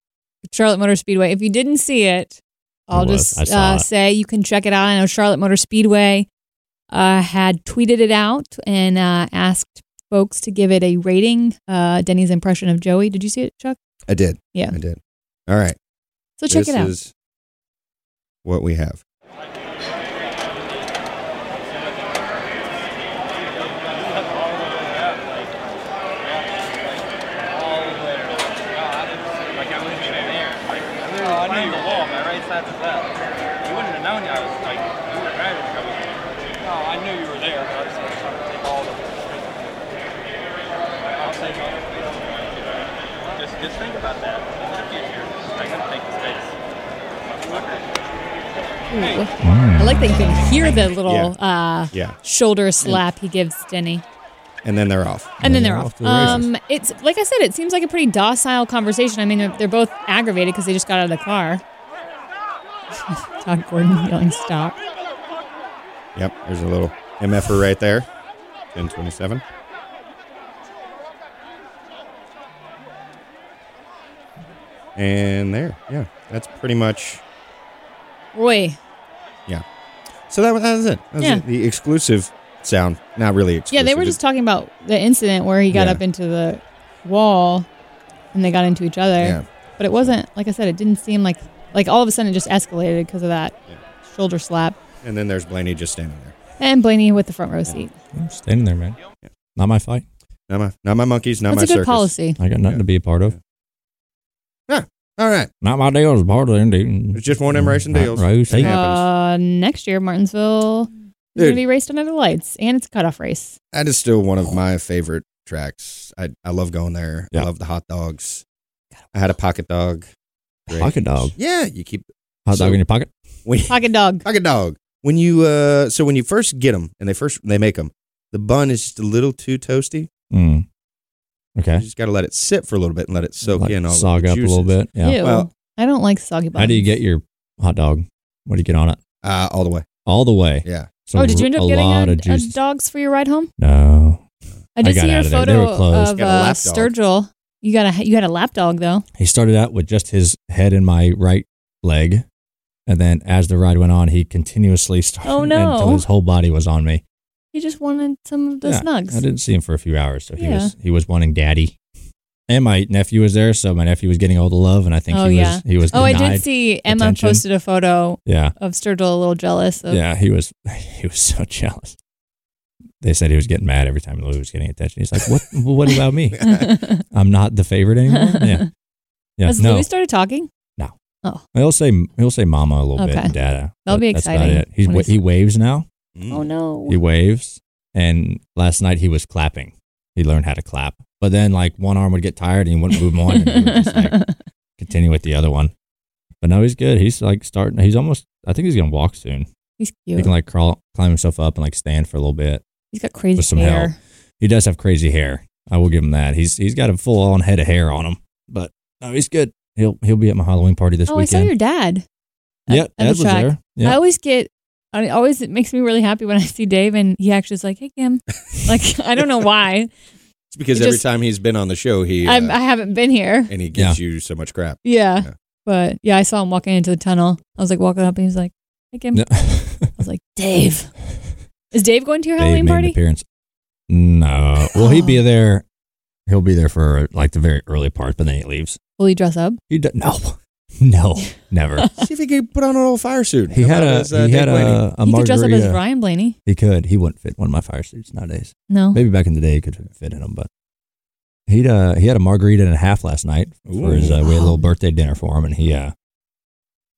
Speaker 4: Charlotte Motor Speedway. If you didn't see it, I'll
Speaker 2: was. I
Speaker 4: just
Speaker 2: saw
Speaker 4: uh,
Speaker 2: it.
Speaker 4: say you can check it out. I know Charlotte Motor Speedway uh, had tweeted it out and uh, asked folks to give it a rating. Uh, Denny's impression of Joey. Did you see it, Chuck?
Speaker 3: I did.
Speaker 4: Yeah.
Speaker 3: I did. All right.
Speaker 4: So check
Speaker 3: this
Speaker 4: it out.
Speaker 3: is what we have.
Speaker 5: Like I wouldn't have been there. Like, literally oh, I knew your wall. My right side was up. You wouldn't have known I was like you were driving. Like, I was. No, I knew you were there. But I just was trying to take all the. I'll take all the. Just, just think about that in the future. I'm gonna take the space. Motherfucker.
Speaker 4: Ooh. I like that you can hear the little uh,
Speaker 3: Yeah.
Speaker 4: shoulder slap he gives Denny.
Speaker 3: And then they're off.
Speaker 4: And then
Speaker 2: Yeah,
Speaker 4: they're
Speaker 2: off
Speaker 4: off.
Speaker 2: to the races.
Speaker 4: Um, it's like I said, it seems like a pretty docile conversation. I mean, they're, they're both aggravated because they just got out of the car. Todd Gordon yelling, "Stop!"
Speaker 3: Yep. There's a little MFR right there. 1027. And there. Yeah. That's pretty much.
Speaker 4: Roy,
Speaker 3: So that was, that was it. That was
Speaker 4: Yeah.
Speaker 3: it. The exclusive sound. Not really exclusive.
Speaker 4: Yeah, they were just talking about the incident where he got
Speaker 3: Yeah.
Speaker 4: up into the wall and they got into each other.
Speaker 3: Yeah.
Speaker 4: But it wasn't like I said, it didn't seem like like all of a sudden it just escalated because of that shoulder slap.
Speaker 3: And then there's Blaney just standing there.
Speaker 4: And Blaney with the front row seat.
Speaker 2: I'm standing there, man. Not my fight.
Speaker 3: Not my, not my monkeys, not
Speaker 4: That's
Speaker 3: my
Speaker 4: a good
Speaker 3: circus.
Speaker 4: policy.
Speaker 2: I got nothing
Speaker 3: Yeah.
Speaker 2: to be a part of.
Speaker 3: All right.
Speaker 2: Not my deal. It's a part of them, dude.
Speaker 3: It's just one of them racing
Speaker 2: Not
Speaker 3: deals.
Speaker 2: Rose.
Speaker 3: It
Speaker 2: Hey,
Speaker 3: happens.
Speaker 4: Uh, next year Martinsville is
Speaker 3: Dude.
Speaker 4: gonna be raced under the lights and it's a cutoff race.
Speaker 3: That is still one of my favorite tracks. I, I love going there.
Speaker 2: Yeah.
Speaker 3: I love the hot dogs. I had a pocket dog. Great.
Speaker 2: Pocket dog.
Speaker 3: Yeah, you keep
Speaker 2: Hot
Speaker 3: So-
Speaker 2: dog in your pocket.
Speaker 3: when
Speaker 4: Pocket dog.
Speaker 3: pocket dog. When you uh, so when you first get them and they first they make them, the bun is just a little too toasty.
Speaker 2: Mm.
Speaker 3: You
Speaker 2: Okay.
Speaker 3: just got to let it sit for a little bit and let it soak
Speaker 2: Like,
Speaker 3: in all of
Speaker 2: sog
Speaker 3: the
Speaker 2: up a little
Speaker 3: juices.
Speaker 2: bit. Yeah.
Speaker 4: Ew.
Speaker 3: Well-
Speaker 4: I don't like soggy buns.
Speaker 2: How do you get your hot dog? What do you get on it?
Speaker 3: Uh, all the way.
Speaker 2: All the way.
Speaker 3: Yeah,
Speaker 2: So
Speaker 4: oh, did you end up
Speaker 2: a
Speaker 4: getting
Speaker 2: lot
Speaker 4: a,
Speaker 2: of
Speaker 4: a
Speaker 2: juices.
Speaker 4: dogs for your ride home?
Speaker 2: no,
Speaker 4: I did
Speaker 2: got out
Speaker 4: see your
Speaker 2: of there. They were
Speaker 4: photo
Speaker 2: closed.
Speaker 4: of
Speaker 3: Got a
Speaker 4: uh,
Speaker 3: lap dog.
Speaker 4: Sturgill. You got a you had a lap dog though.
Speaker 2: he started out with just his head in my right leg, and then as the ride went on, he continuously started
Speaker 4: Oh, no.
Speaker 2: until his whole body was on me.
Speaker 4: He just wanted some of the
Speaker 2: Yeah,
Speaker 4: snugs.
Speaker 2: I didn't see him for a few hours, so he
Speaker 4: Yeah.
Speaker 2: was he was wanting daddy. And my nephew was there, so my nephew was getting all the love, and I think
Speaker 4: Oh,
Speaker 2: he
Speaker 4: yeah.
Speaker 2: was he was.
Speaker 4: Oh, I
Speaker 2: denied.
Speaker 4: did see Emma
Speaker 2: attention.
Speaker 4: posted a photo
Speaker 2: Yeah,
Speaker 4: of Sturgill a little jealous of.
Speaker 2: yeah, he was he was so jealous. They said he was getting mad every time Louis was getting attention. He's like, "What? what about me? I'm not the favorite anymore." Yeah, yeah.
Speaker 4: Has
Speaker 2: no,
Speaker 4: Louis started talking?
Speaker 2: He'll say he'll say mama a little bit
Speaker 4: Okay.
Speaker 2: and dada.
Speaker 4: That'll
Speaker 2: but
Speaker 4: be
Speaker 2: that's about
Speaker 4: exciting
Speaker 2: it. He's,
Speaker 4: when
Speaker 2: wa-
Speaker 4: he's-
Speaker 2: he waves now.
Speaker 4: Oh,
Speaker 3: Mm.
Speaker 4: no.
Speaker 2: He waves. And last night he was clapping. He learned how to clap. But then like one arm would get tired and he wouldn't move on and he would just like continue with the other one. But no, he's good. He's like starting he's almost I think he's gonna walk soon.
Speaker 4: He's
Speaker 2: He
Speaker 4: cute.
Speaker 2: can like crawl climb himself up and like stand for a little bit.
Speaker 4: He's got crazy
Speaker 2: with some
Speaker 4: hair.
Speaker 2: help. He does have crazy hair. I will give him that. He's he's got a full on head of hair on him. But no, he's good. He'll he'll be at my Halloween party this
Speaker 4: oh, I saw
Speaker 2: weekend.
Speaker 4: your dad.
Speaker 2: yep,
Speaker 4: at the
Speaker 2: Ed was
Speaker 4: track.
Speaker 2: there. Yep.
Speaker 4: I always get I always it makes me really happy when I see Dave and he actually is like, "Hey Kim," like I don't know why
Speaker 3: It's because
Speaker 4: It
Speaker 3: every
Speaker 4: just-
Speaker 3: time he's been on the show, he
Speaker 4: I,
Speaker 3: uh,
Speaker 4: I haven't been here.
Speaker 3: and he gives you so much crap.
Speaker 4: Yeah.
Speaker 3: Yeah.
Speaker 4: but yeah, I saw him walking into the tunnel. I was like walking up and he's like, "Hey Kim,"
Speaker 2: No.
Speaker 4: I was like, "Dave, is Dave going to your
Speaker 2: Dave
Speaker 4: Halloween
Speaker 2: made an
Speaker 4: party?"
Speaker 2: appearance. No. Will he be there? He'll be there for like the very early part, but then he leaves.
Speaker 4: Will you dress up?
Speaker 2: He d- no, no, never.
Speaker 3: See if he can put on an old fire suit.
Speaker 2: He
Speaker 3: How
Speaker 2: had
Speaker 3: about
Speaker 2: a
Speaker 3: his, uh,
Speaker 2: he had
Speaker 3: Dick Laney?
Speaker 2: a, a
Speaker 4: he could dress up as
Speaker 2: margarita.
Speaker 4: Ryan Blaney.
Speaker 2: He could. He wouldn't fit one of my fire suits nowadays.
Speaker 4: No,
Speaker 2: Maybe back in the day he could fit in them, but he uh, he had a margarita and a half last night for his. Uh, we had a
Speaker 4: Ooh.
Speaker 2: little birthday dinner for him, and he uh,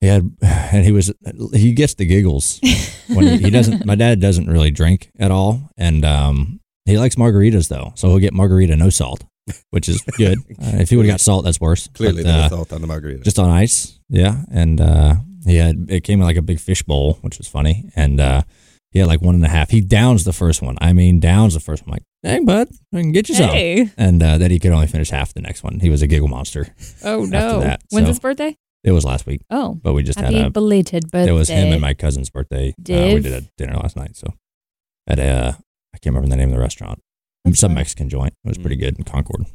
Speaker 2: he had and he was he gets the giggles when he, he doesn't. My dad doesn't really drink at all, and um, he likes margaritas though, so he'll get margarita no salt, which is good. Uh, if he would have got salt, that's worse.
Speaker 3: Clearly,
Speaker 2: But,
Speaker 3: no
Speaker 2: uh,
Speaker 3: thought on the margarita.
Speaker 2: just on ice. Yeah, and uh, he had it came in like a big fish bowl, which was funny. And uh, he had like one and a half. He downs the first one. I mean, downs the first one. Like, dang, bud, I can get you some.
Speaker 4: Hey.
Speaker 2: And uh, that he could only finish half the next one. He was a giggle monster.
Speaker 4: Oh no.
Speaker 2: that,
Speaker 4: When's
Speaker 2: so-
Speaker 4: his birthday?
Speaker 2: It was last week,
Speaker 4: Oh,
Speaker 2: but we just
Speaker 4: happy
Speaker 2: had a.
Speaker 4: belated birthday.
Speaker 2: It was him and my cousin's birthday. Uh, we
Speaker 4: Dave.
Speaker 2: did a dinner last night. So at uh, I can't remember the name of the restaurant.
Speaker 4: That's
Speaker 2: Some
Speaker 4: fine.
Speaker 2: Mexican joint. It was pretty good in Concord.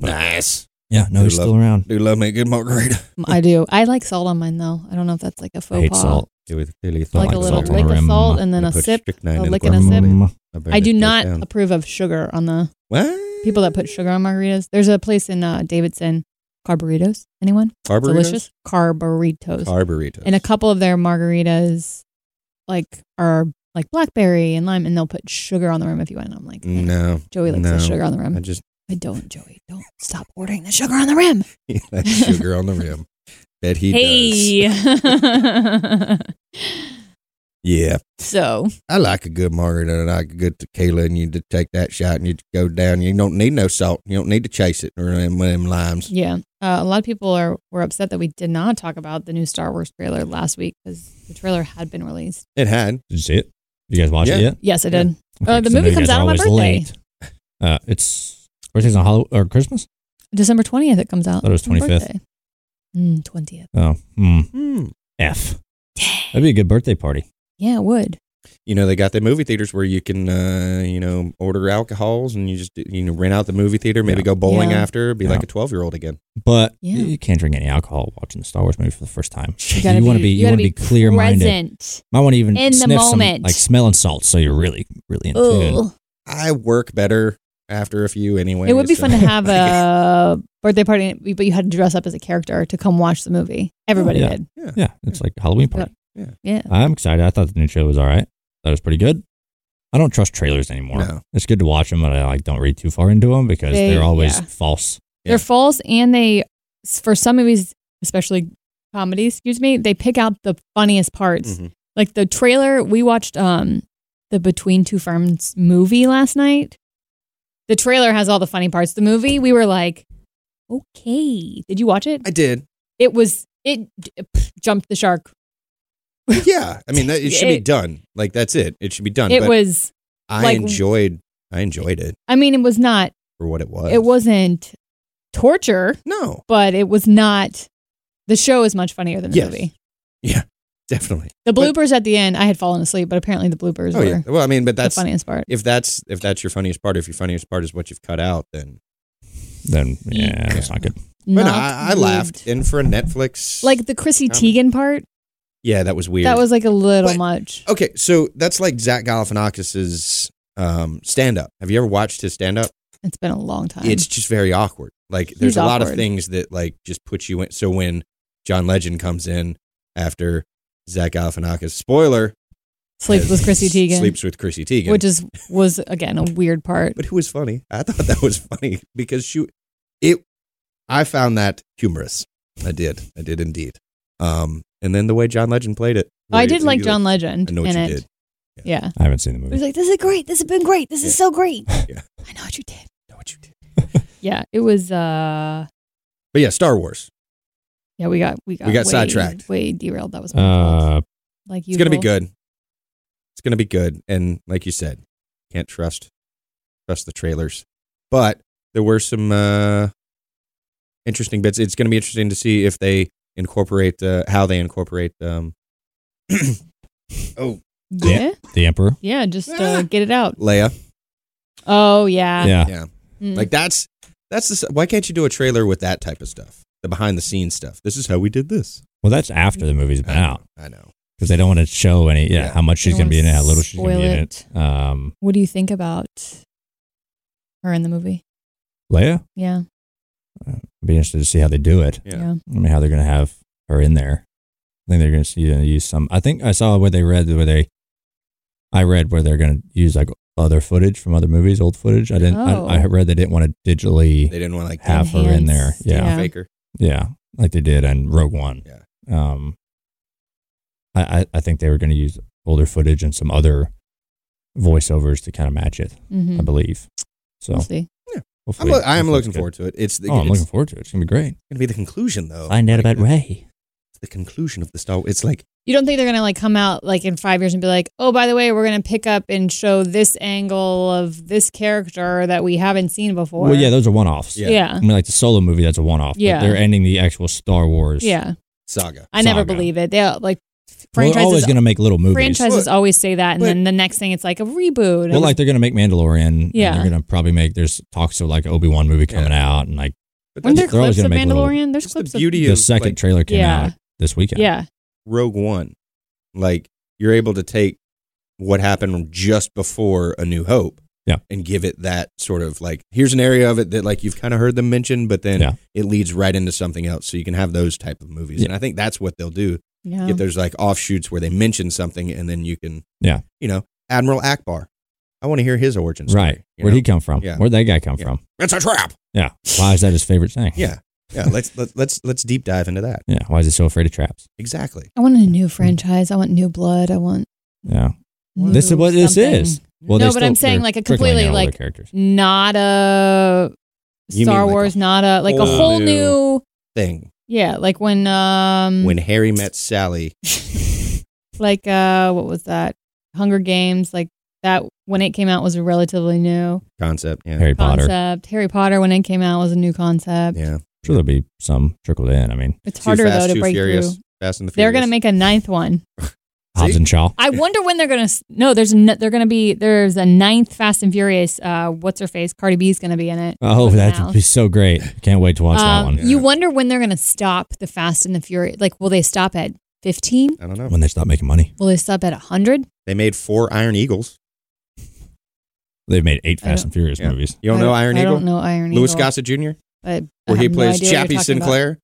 Speaker 3: nice.
Speaker 2: Yeah, no,
Speaker 3: Dude,
Speaker 2: he's
Speaker 3: Mm. love-
Speaker 2: still around.
Speaker 3: Do love me a good margarita.
Speaker 4: I do. I like salt on mine though. I don't know if that's like a faux
Speaker 2: I hate
Speaker 4: pas.
Speaker 2: salt. Don't
Speaker 4: Like, a little
Speaker 2: salt on
Speaker 4: lick
Speaker 2: the
Speaker 4: of
Speaker 2: rim.
Speaker 4: salt and then
Speaker 3: You
Speaker 4: a
Speaker 3: put
Speaker 4: sip.
Speaker 3: strychnine
Speaker 4: a
Speaker 3: in
Speaker 4: lick
Speaker 3: the
Speaker 4: and a sip.
Speaker 2: Mm.
Speaker 3: burn
Speaker 4: I
Speaker 3: it
Speaker 4: do
Speaker 3: goes
Speaker 4: not
Speaker 3: down.
Speaker 4: approve of sugar on the
Speaker 3: What?
Speaker 4: people that put sugar on margaritas. There's a place in uh, Davidson, Carburitos. Anyone?
Speaker 3: Carb burritos?
Speaker 4: Delicious Carburitos.
Speaker 3: Carb burritos.
Speaker 4: and a couple of their margaritas, like are like blackberry and lime, and they'll put sugar on the rim if you want. And I'm like, eh,
Speaker 3: No,
Speaker 4: Joey likes
Speaker 3: no.
Speaker 4: the sugar on the rim.
Speaker 3: I
Speaker 4: I,
Speaker 3: just
Speaker 4: don't, Joey. Don't stop ordering the sugar on the rim.
Speaker 3: that sugar on the rim. Bet he does.
Speaker 4: hey.
Speaker 3: Yeah,
Speaker 4: so
Speaker 3: I like a good margarita and I like a good tequila, and you just take that shot and you just go down. You don't need no salt. You don't need to chase it or them, them limes.
Speaker 4: yeah, uh, a lot of people are were upset that we did not talk about the new Star Wars trailer last week because the trailer had been released.
Speaker 3: It had.
Speaker 2: Did you see it? You guys watch
Speaker 3: Yeah.
Speaker 2: it yet?
Speaker 4: Yes, it
Speaker 3: Yeah.
Speaker 4: did. Uh, the
Speaker 2: so I know
Speaker 4: movie
Speaker 2: you
Speaker 4: comes
Speaker 2: guys
Speaker 4: out
Speaker 2: are
Speaker 4: on my
Speaker 2: always
Speaker 4: birthday.
Speaker 2: late. Uh, it's birthday's on Halloween or Christmas.
Speaker 4: December twentieth, it comes out.
Speaker 2: Thought it was
Speaker 4: It's my
Speaker 2: 25th.
Speaker 4: birthday. Mm, Twentieth.
Speaker 2: Oh, hmm.
Speaker 3: Hmm.
Speaker 2: F. That'd be a good birthday party.
Speaker 4: yeah, it would.
Speaker 3: You know they got the movie theaters where you can, uh, you know, order alcohols and you just you know rent out the movie theater. Maybe
Speaker 2: Yeah.
Speaker 3: go bowling
Speaker 4: Yeah.
Speaker 3: after. Be
Speaker 2: Yeah.
Speaker 3: like a twelve year old again.
Speaker 2: But
Speaker 4: Yeah.
Speaker 2: you can't drink any alcohol watching the Star Wars movie for the first time. You,
Speaker 4: gotta
Speaker 2: want to be you
Speaker 4: gotta
Speaker 2: want to be clear minded.
Speaker 4: present.
Speaker 2: Might want to even
Speaker 4: in the
Speaker 2: sniff some
Speaker 4: moment.
Speaker 2: like smelling salt, so you're really really in tune.
Speaker 4: Ooh.
Speaker 3: I work better after a few anyway.
Speaker 4: It would be
Speaker 3: so-
Speaker 4: fun to have a birthday party, but you had to dress up as a character to come watch the movie. Everybody
Speaker 2: yeah.
Speaker 4: did.
Speaker 2: Yeah, it's like a Halloween party.
Speaker 4: Yeah.
Speaker 2: I'm excited. I thought the new trailer was all right. That was pretty good. I don't trust trailers anymore.
Speaker 3: No.
Speaker 2: It's good to watch them, but I like don't read too far into them because
Speaker 4: They-
Speaker 2: they, are always
Speaker 4: yeah.
Speaker 2: false.
Speaker 3: Yeah.
Speaker 4: They're false and they, for some movies, especially comedies, excuse me, they pick out the funniest parts.
Speaker 3: Mhm.
Speaker 4: Like the trailer, we watched um the Between Two Ferns movie last night. The trailer has all the funny parts. The movie, we were like, okay. Did you watch it?
Speaker 3: I did.
Speaker 4: It was, it pff, jumped the shark.
Speaker 3: Yeah, I mean that, it should be
Speaker 4: It-
Speaker 3: done. Like that's it. It should be done.
Speaker 4: It
Speaker 3: but
Speaker 4: was
Speaker 3: I
Speaker 4: like-
Speaker 3: enjoyed. I enjoyed it
Speaker 4: I mean, it was not.
Speaker 3: for what it was.
Speaker 4: It wasn't torture,
Speaker 3: no.
Speaker 4: but it was not. The show is much funnier than the
Speaker 3: Yes.
Speaker 4: movie.
Speaker 3: Yeah, definitely.
Speaker 4: The
Speaker 3: But-
Speaker 4: bloopers at the end, I had fallen asleep, but apparently the bloopers
Speaker 3: Oh
Speaker 4: were
Speaker 3: yeah. Well, I mean, but
Speaker 4: the
Speaker 3: that's
Speaker 4: funniest part.
Speaker 3: if that's if that's your funniest part. If your funniest part is what you've cut out, then.
Speaker 2: Then yeah, that's not good.
Speaker 3: But no,
Speaker 4: Not
Speaker 3: I, I
Speaker 4: moved.
Speaker 3: laughed. And for a Netflix,
Speaker 4: Like the Chrissy
Speaker 3: Comedy.
Speaker 4: Teigen part,
Speaker 3: yeah, that was weird.
Speaker 4: that was like a little
Speaker 3: But-
Speaker 4: much.
Speaker 3: okay. So that's like Zach Galifianakis's um, stand up. Have you ever watched his stand up?
Speaker 4: It's been a long time.
Speaker 3: It's just very awkward. Like there's
Speaker 4: He's
Speaker 3: a lot of
Speaker 4: awkward.
Speaker 3: things that like just put you in. So when John Legend comes in after Zach Galifianakis, spoiler,
Speaker 4: Sleeps with Chrissy Teigen,
Speaker 3: sleeps with Chrissy Teigen,
Speaker 4: which is was again a weird part.
Speaker 3: but it was funny. I thought that was funny because she, it, I found that humorous. I did, I did indeed. Um, and then the way John Legend played it,
Speaker 4: I
Speaker 3: where
Speaker 4: did
Speaker 3: he-
Speaker 4: like
Speaker 3: he
Speaker 4: John Legend
Speaker 3: I know what
Speaker 4: in
Speaker 3: you
Speaker 4: it.
Speaker 3: did.
Speaker 4: Yeah.
Speaker 2: I haven't seen the
Speaker 4: It was
Speaker 2: movie.
Speaker 4: like, this is great. This has been great. This is so great.
Speaker 3: Yeah.
Speaker 4: I know what you did.
Speaker 3: know what you did.
Speaker 4: Yeah. It was uh
Speaker 3: But yeah, Star Wars.
Speaker 4: Yeah, we got we got
Speaker 3: We got
Speaker 4: way-
Speaker 3: sidetracked.
Speaker 4: way derailed. That was my fault.
Speaker 2: Uh,
Speaker 4: Like you,
Speaker 3: It's gonna be good. It's gonna be good. And like you said, can't trust trust the trailers. But there were some uh, interesting bits. It's gonna be interesting to see if they incorporate uh, how they incorporate. Um, oh
Speaker 4: Yeah.
Speaker 2: The emperor.
Speaker 4: Yeah. Just
Speaker 3: Ah.
Speaker 4: uh, get it out.
Speaker 3: Leia.
Speaker 4: Oh, yeah.
Speaker 2: yeah.
Speaker 3: Yeah.
Speaker 4: Mm.
Speaker 3: Like that's that's the s- why can't you do a trailer with that type of stuff? The behind the scenes stuff. This is how we did this.
Speaker 2: Well, that's after the movie's been out
Speaker 3: I know.
Speaker 2: because they don't want to show any. Yeah,
Speaker 3: Yeah.
Speaker 2: how much she's
Speaker 4: They don't
Speaker 2: gonna be in it, how
Speaker 4: wanna
Speaker 2: little she's gonna be in it.
Speaker 4: spoil
Speaker 2: Um,
Speaker 4: what do you think about her in the movie?
Speaker 2: Leia.
Speaker 4: Yeah.
Speaker 2: I'd be interested to see how they do it.
Speaker 3: Yeah.
Speaker 4: Yeah.
Speaker 2: I mean, how they're gonna have her in there. I think they're gonna see gonna use some. I think I saw where they read where they. I read where they're gonna use like other footage from other movies, old footage. I didn't.
Speaker 4: Oh.
Speaker 2: I, I read they didn't want to digitally
Speaker 3: They didn't want to like
Speaker 2: have her in there.
Speaker 4: Enhance,
Speaker 2: Yeah.
Speaker 4: yeah.
Speaker 3: faker.
Speaker 2: Yeah, like they did on Rogue One.
Speaker 3: Yeah.
Speaker 2: Um, I I, I think they were going to use older footage and some other voiceovers to kind of match it.
Speaker 4: Mm-hmm.
Speaker 2: I believe. So
Speaker 4: We'll see.
Speaker 3: Hmm. I'm
Speaker 2: hopefully,
Speaker 3: lo- I am
Speaker 2: hopefully
Speaker 3: looking
Speaker 2: it's
Speaker 3: forward to it. It's the
Speaker 2: good. Oh, I'm
Speaker 3: it's
Speaker 2: looking forward to it. It's gonna be great.
Speaker 3: gonna be the conclusion though. Like,
Speaker 2: Ray.
Speaker 3: It's the conclusion of the Star It's like
Speaker 4: You don't think they're gonna like come out like in five years and be like, oh, by the way, we're gonna pick up and show this angle of this character that we haven't seen before.
Speaker 2: Well, yeah, those are one-offs.
Speaker 3: Yeah.
Speaker 2: I
Speaker 4: yeah,
Speaker 2: mean, like the solo movie, that's a one-off. but
Speaker 4: Yeah.
Speaker 2: they're ending the actual Star Wars.
Speaker 4: yeah.
Speaker 3: saga.
Speaker 4: I never
Speaker 2: Saga.
Speaker 4: believe it. They
Speaker 2: Well,
Speaker 4: like
Speaker 2: they're always
Speaker 4: franchises.
Speaker 2: going to make little movies.
Speaker 4: franchises
Speaker 3: Well,
Speaker 4: always say that, and
Speaker 3: but-
Speaker 4: then the next thing it's like a reboot.
Speaker 2: Well, like they're going to make Mandalorian.
Speaker 4: Yeah.
Speaker 2: Yeah. they're going to probably make. There's talks of like Obi Wan movie coming out, and like
Speaker 3: But
Speaker 4: Weren't
Speaker 3: that's
Speaker 4: there
Speaker 2: they're always
Speaker 4: clips of
Speaker 2: gonna make
Speaker 4: Mandalorian?
Speaker 2: little-
Speaker 4: There's
Speaker 3: just the
Speaker 4: clips
Speaker 3: beauty
Speaker 2: the
Speaker 3: of
Speaker 2: second
Speaker 3: like,
Speaker 2: trailer came
Speaker 4: Yeah.
Speaker 2: out this
Speaker 4: of
Speaker 2: weekend.
Speaker 4: yeah,
Speaker 3: Rogue One. Like you're able to take what happened just before A New Hope.
Speaker 2: Yeah.
Speaker 3: And give it that sort of like here's an area of it that like you've kind of heard them mention, but then
Speaker 2: Yeah.
Speaker 3: it leads right into something else. So you can have those type of movies.
Speaker 2: Yeah.
Speaker 3: And I think that's what they'll do.
Speaker 4: yeah.
Speaker 3: Get those like offshoots where they mention something and then you can
Speaker 2: Yeah.
Speaker 3: You know, Admiral Akbar. I want to hear his origin story.
Speaker 2: Right.
Speaker 3: you
Speaker 2: Where'd
Speaker 3: know?
Speaker 2: he come from?
Speaker 3: Yeah.
Speaker 2: Where'd that guy come
Speaker 3: Yeah.
Speaker 2: from?
Speaker 3: It's a trap.
Speaker 2: Yeah. Why is that his favorite thing?
Speaker 3: Yeah. Yeah. let's let, let's let's deep dive into that.
Speaker 2: Yeah. Why is he so afraid of traps?
Speaker 3: Exactly.
Speaker 4: I want a new franchise. I want new blood. I want.
Speaker 2: Yeah.
Speaker 4: New
Speaker 2: This is what this
Speaker 4: something.
Speaker 2: is. Well,
Speaker 4: No,
Speaker 2: they're
Speaker 4: but I'm
Speaker 2: still-
Speaker 4: saying,
Speaker 2: they're
Speaker 4: like, a
Speaker 2: trickling
Speaker 4: completely,
Speaker 2: in older
Speaker 4: like-
Speaker 2: characters.
Speaker 4: Not a
Speaker 3: You mean
Speaker 4: Star
Speaker 3: like a
Speaker 4: Wars. not a like a
Speaker 3: whole
Speaker 4: whole
Speaker 3: new-
Speaker 4: new.
Speaker 3: Thing.
Speaker 4: Yeah, like when um
Speaker 3: When Harry met Sally.
Speaker 4: like uh what was that Hunger Games like that when it came out was a relatively new
Speaker 3: Concept. Yeah.
Speaker 2: Harry Potter. I'm
Speaker 4: concept. Harry Potter when it came out was a new concept.
Speaker 3: Yeah.
Speaker 2: sure there'll be some trickled in. I mean,
Speaker 4: It's
Speaker 3: Too
Speaker 4: harder
Speaker 3: fast,
Speaker 4: though to
Speaker 3: too
Speaker 4: break
Speaker 3: furious.
Speaker 4: through.
Speaker 3: Fast and the
Speaker 4: They're
Speaker 3: Furious.
Speaker 4: gonna make a ninth one.
Speaker 2: Hobbs and Shaw.
Speaker 4: I wonder when they're gonna. s- No, there's n- they're gonna be there's a ninth Fast and Furious. Uh, what's her face? Cardi B's gonna be in it.
Speaker 2: Oh,
Speaker 4: Was
Speaker 2: that would
Speaker 4: announced.
Speaker 2: be so great. Can't wait to watch that
Speaker 4: Um,
Speaker 2: one.
Speaker 4: You
Speaker 3: Yeah.
Speaker 4: wonder when they're gonna stop the Fast and the Furious. Like, will they stop at fifteen?
Speaker 3: I don't know.
Speaker 2: When they stop making money,
Speaker 4: Will they stop at hundred?
Speaker 3: They made four Iron Eagles.
Speaker 2: they've made eight
Speaker 4: I
Speaker 2: Fast and Furious
Speaker 3: Yeah.
Speaker 2: movies.
Speaker 3: You don't know Iron
Speaker 4: I
Speaker 3: Eagle?
Speaker 4: don't know Iron
Speaker 3: Louis
Speaker 4: Eagle.
Speaker 3: Gossett Jr.,
Speaker 4: but I
Speaker 3: where he
Speaker 4: have no
Speaker 3: plays
Speaker 4: idea what you're
Speaker 3: Chappie
Speaker 4: talking about.
Speaker 3: Sinclair,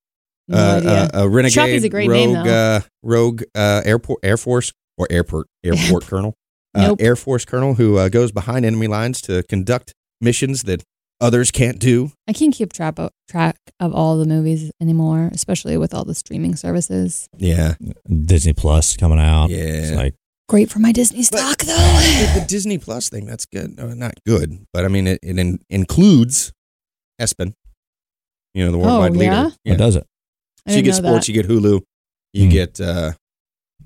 Speaker 4: No idea.
Speaker 3: uh, uh, a renegade
Speaker 4: Chappie's a great
Speaker 3: rogue,
Speaker 4: name,
Speaker 3: uh, rogue uh, airport Air Force or airport airport colonel, uh,
Speaker 4: Nope.
Speaker 3: Air Force colonel who uh, goes behind enemy lines to conduct missions that others can't do.
Speaker 4: I can't keep track of, track of all the movies anymore, especially with all the streaming services.
Speaker 3: Yeah,
Speaker 2: Disney Plus coming out.
Speaker 3: Yeah.
Speaker 2: It's like
Speaker 4: Great for my Disney
Speaker 3: But-
Speaker 4: stock, though.
Speaker 3: the, the Disney Plus thing that's good. No, not good, but I mean it, it in, includes Espen, you know the worldwide leader.
Speaker 4: Oh, yeah?
Speaker 2: what does it?
Speaker 4: I
Speaker 3: So you
Speaker 4: didn't
Speaker 3: get
Speaker 4: know
Speaker 3: sports,
Speaker 4: that.
Speaker 3: you get Hulu, you
Speaker 2: Hmm.
Speaker 3: get uh,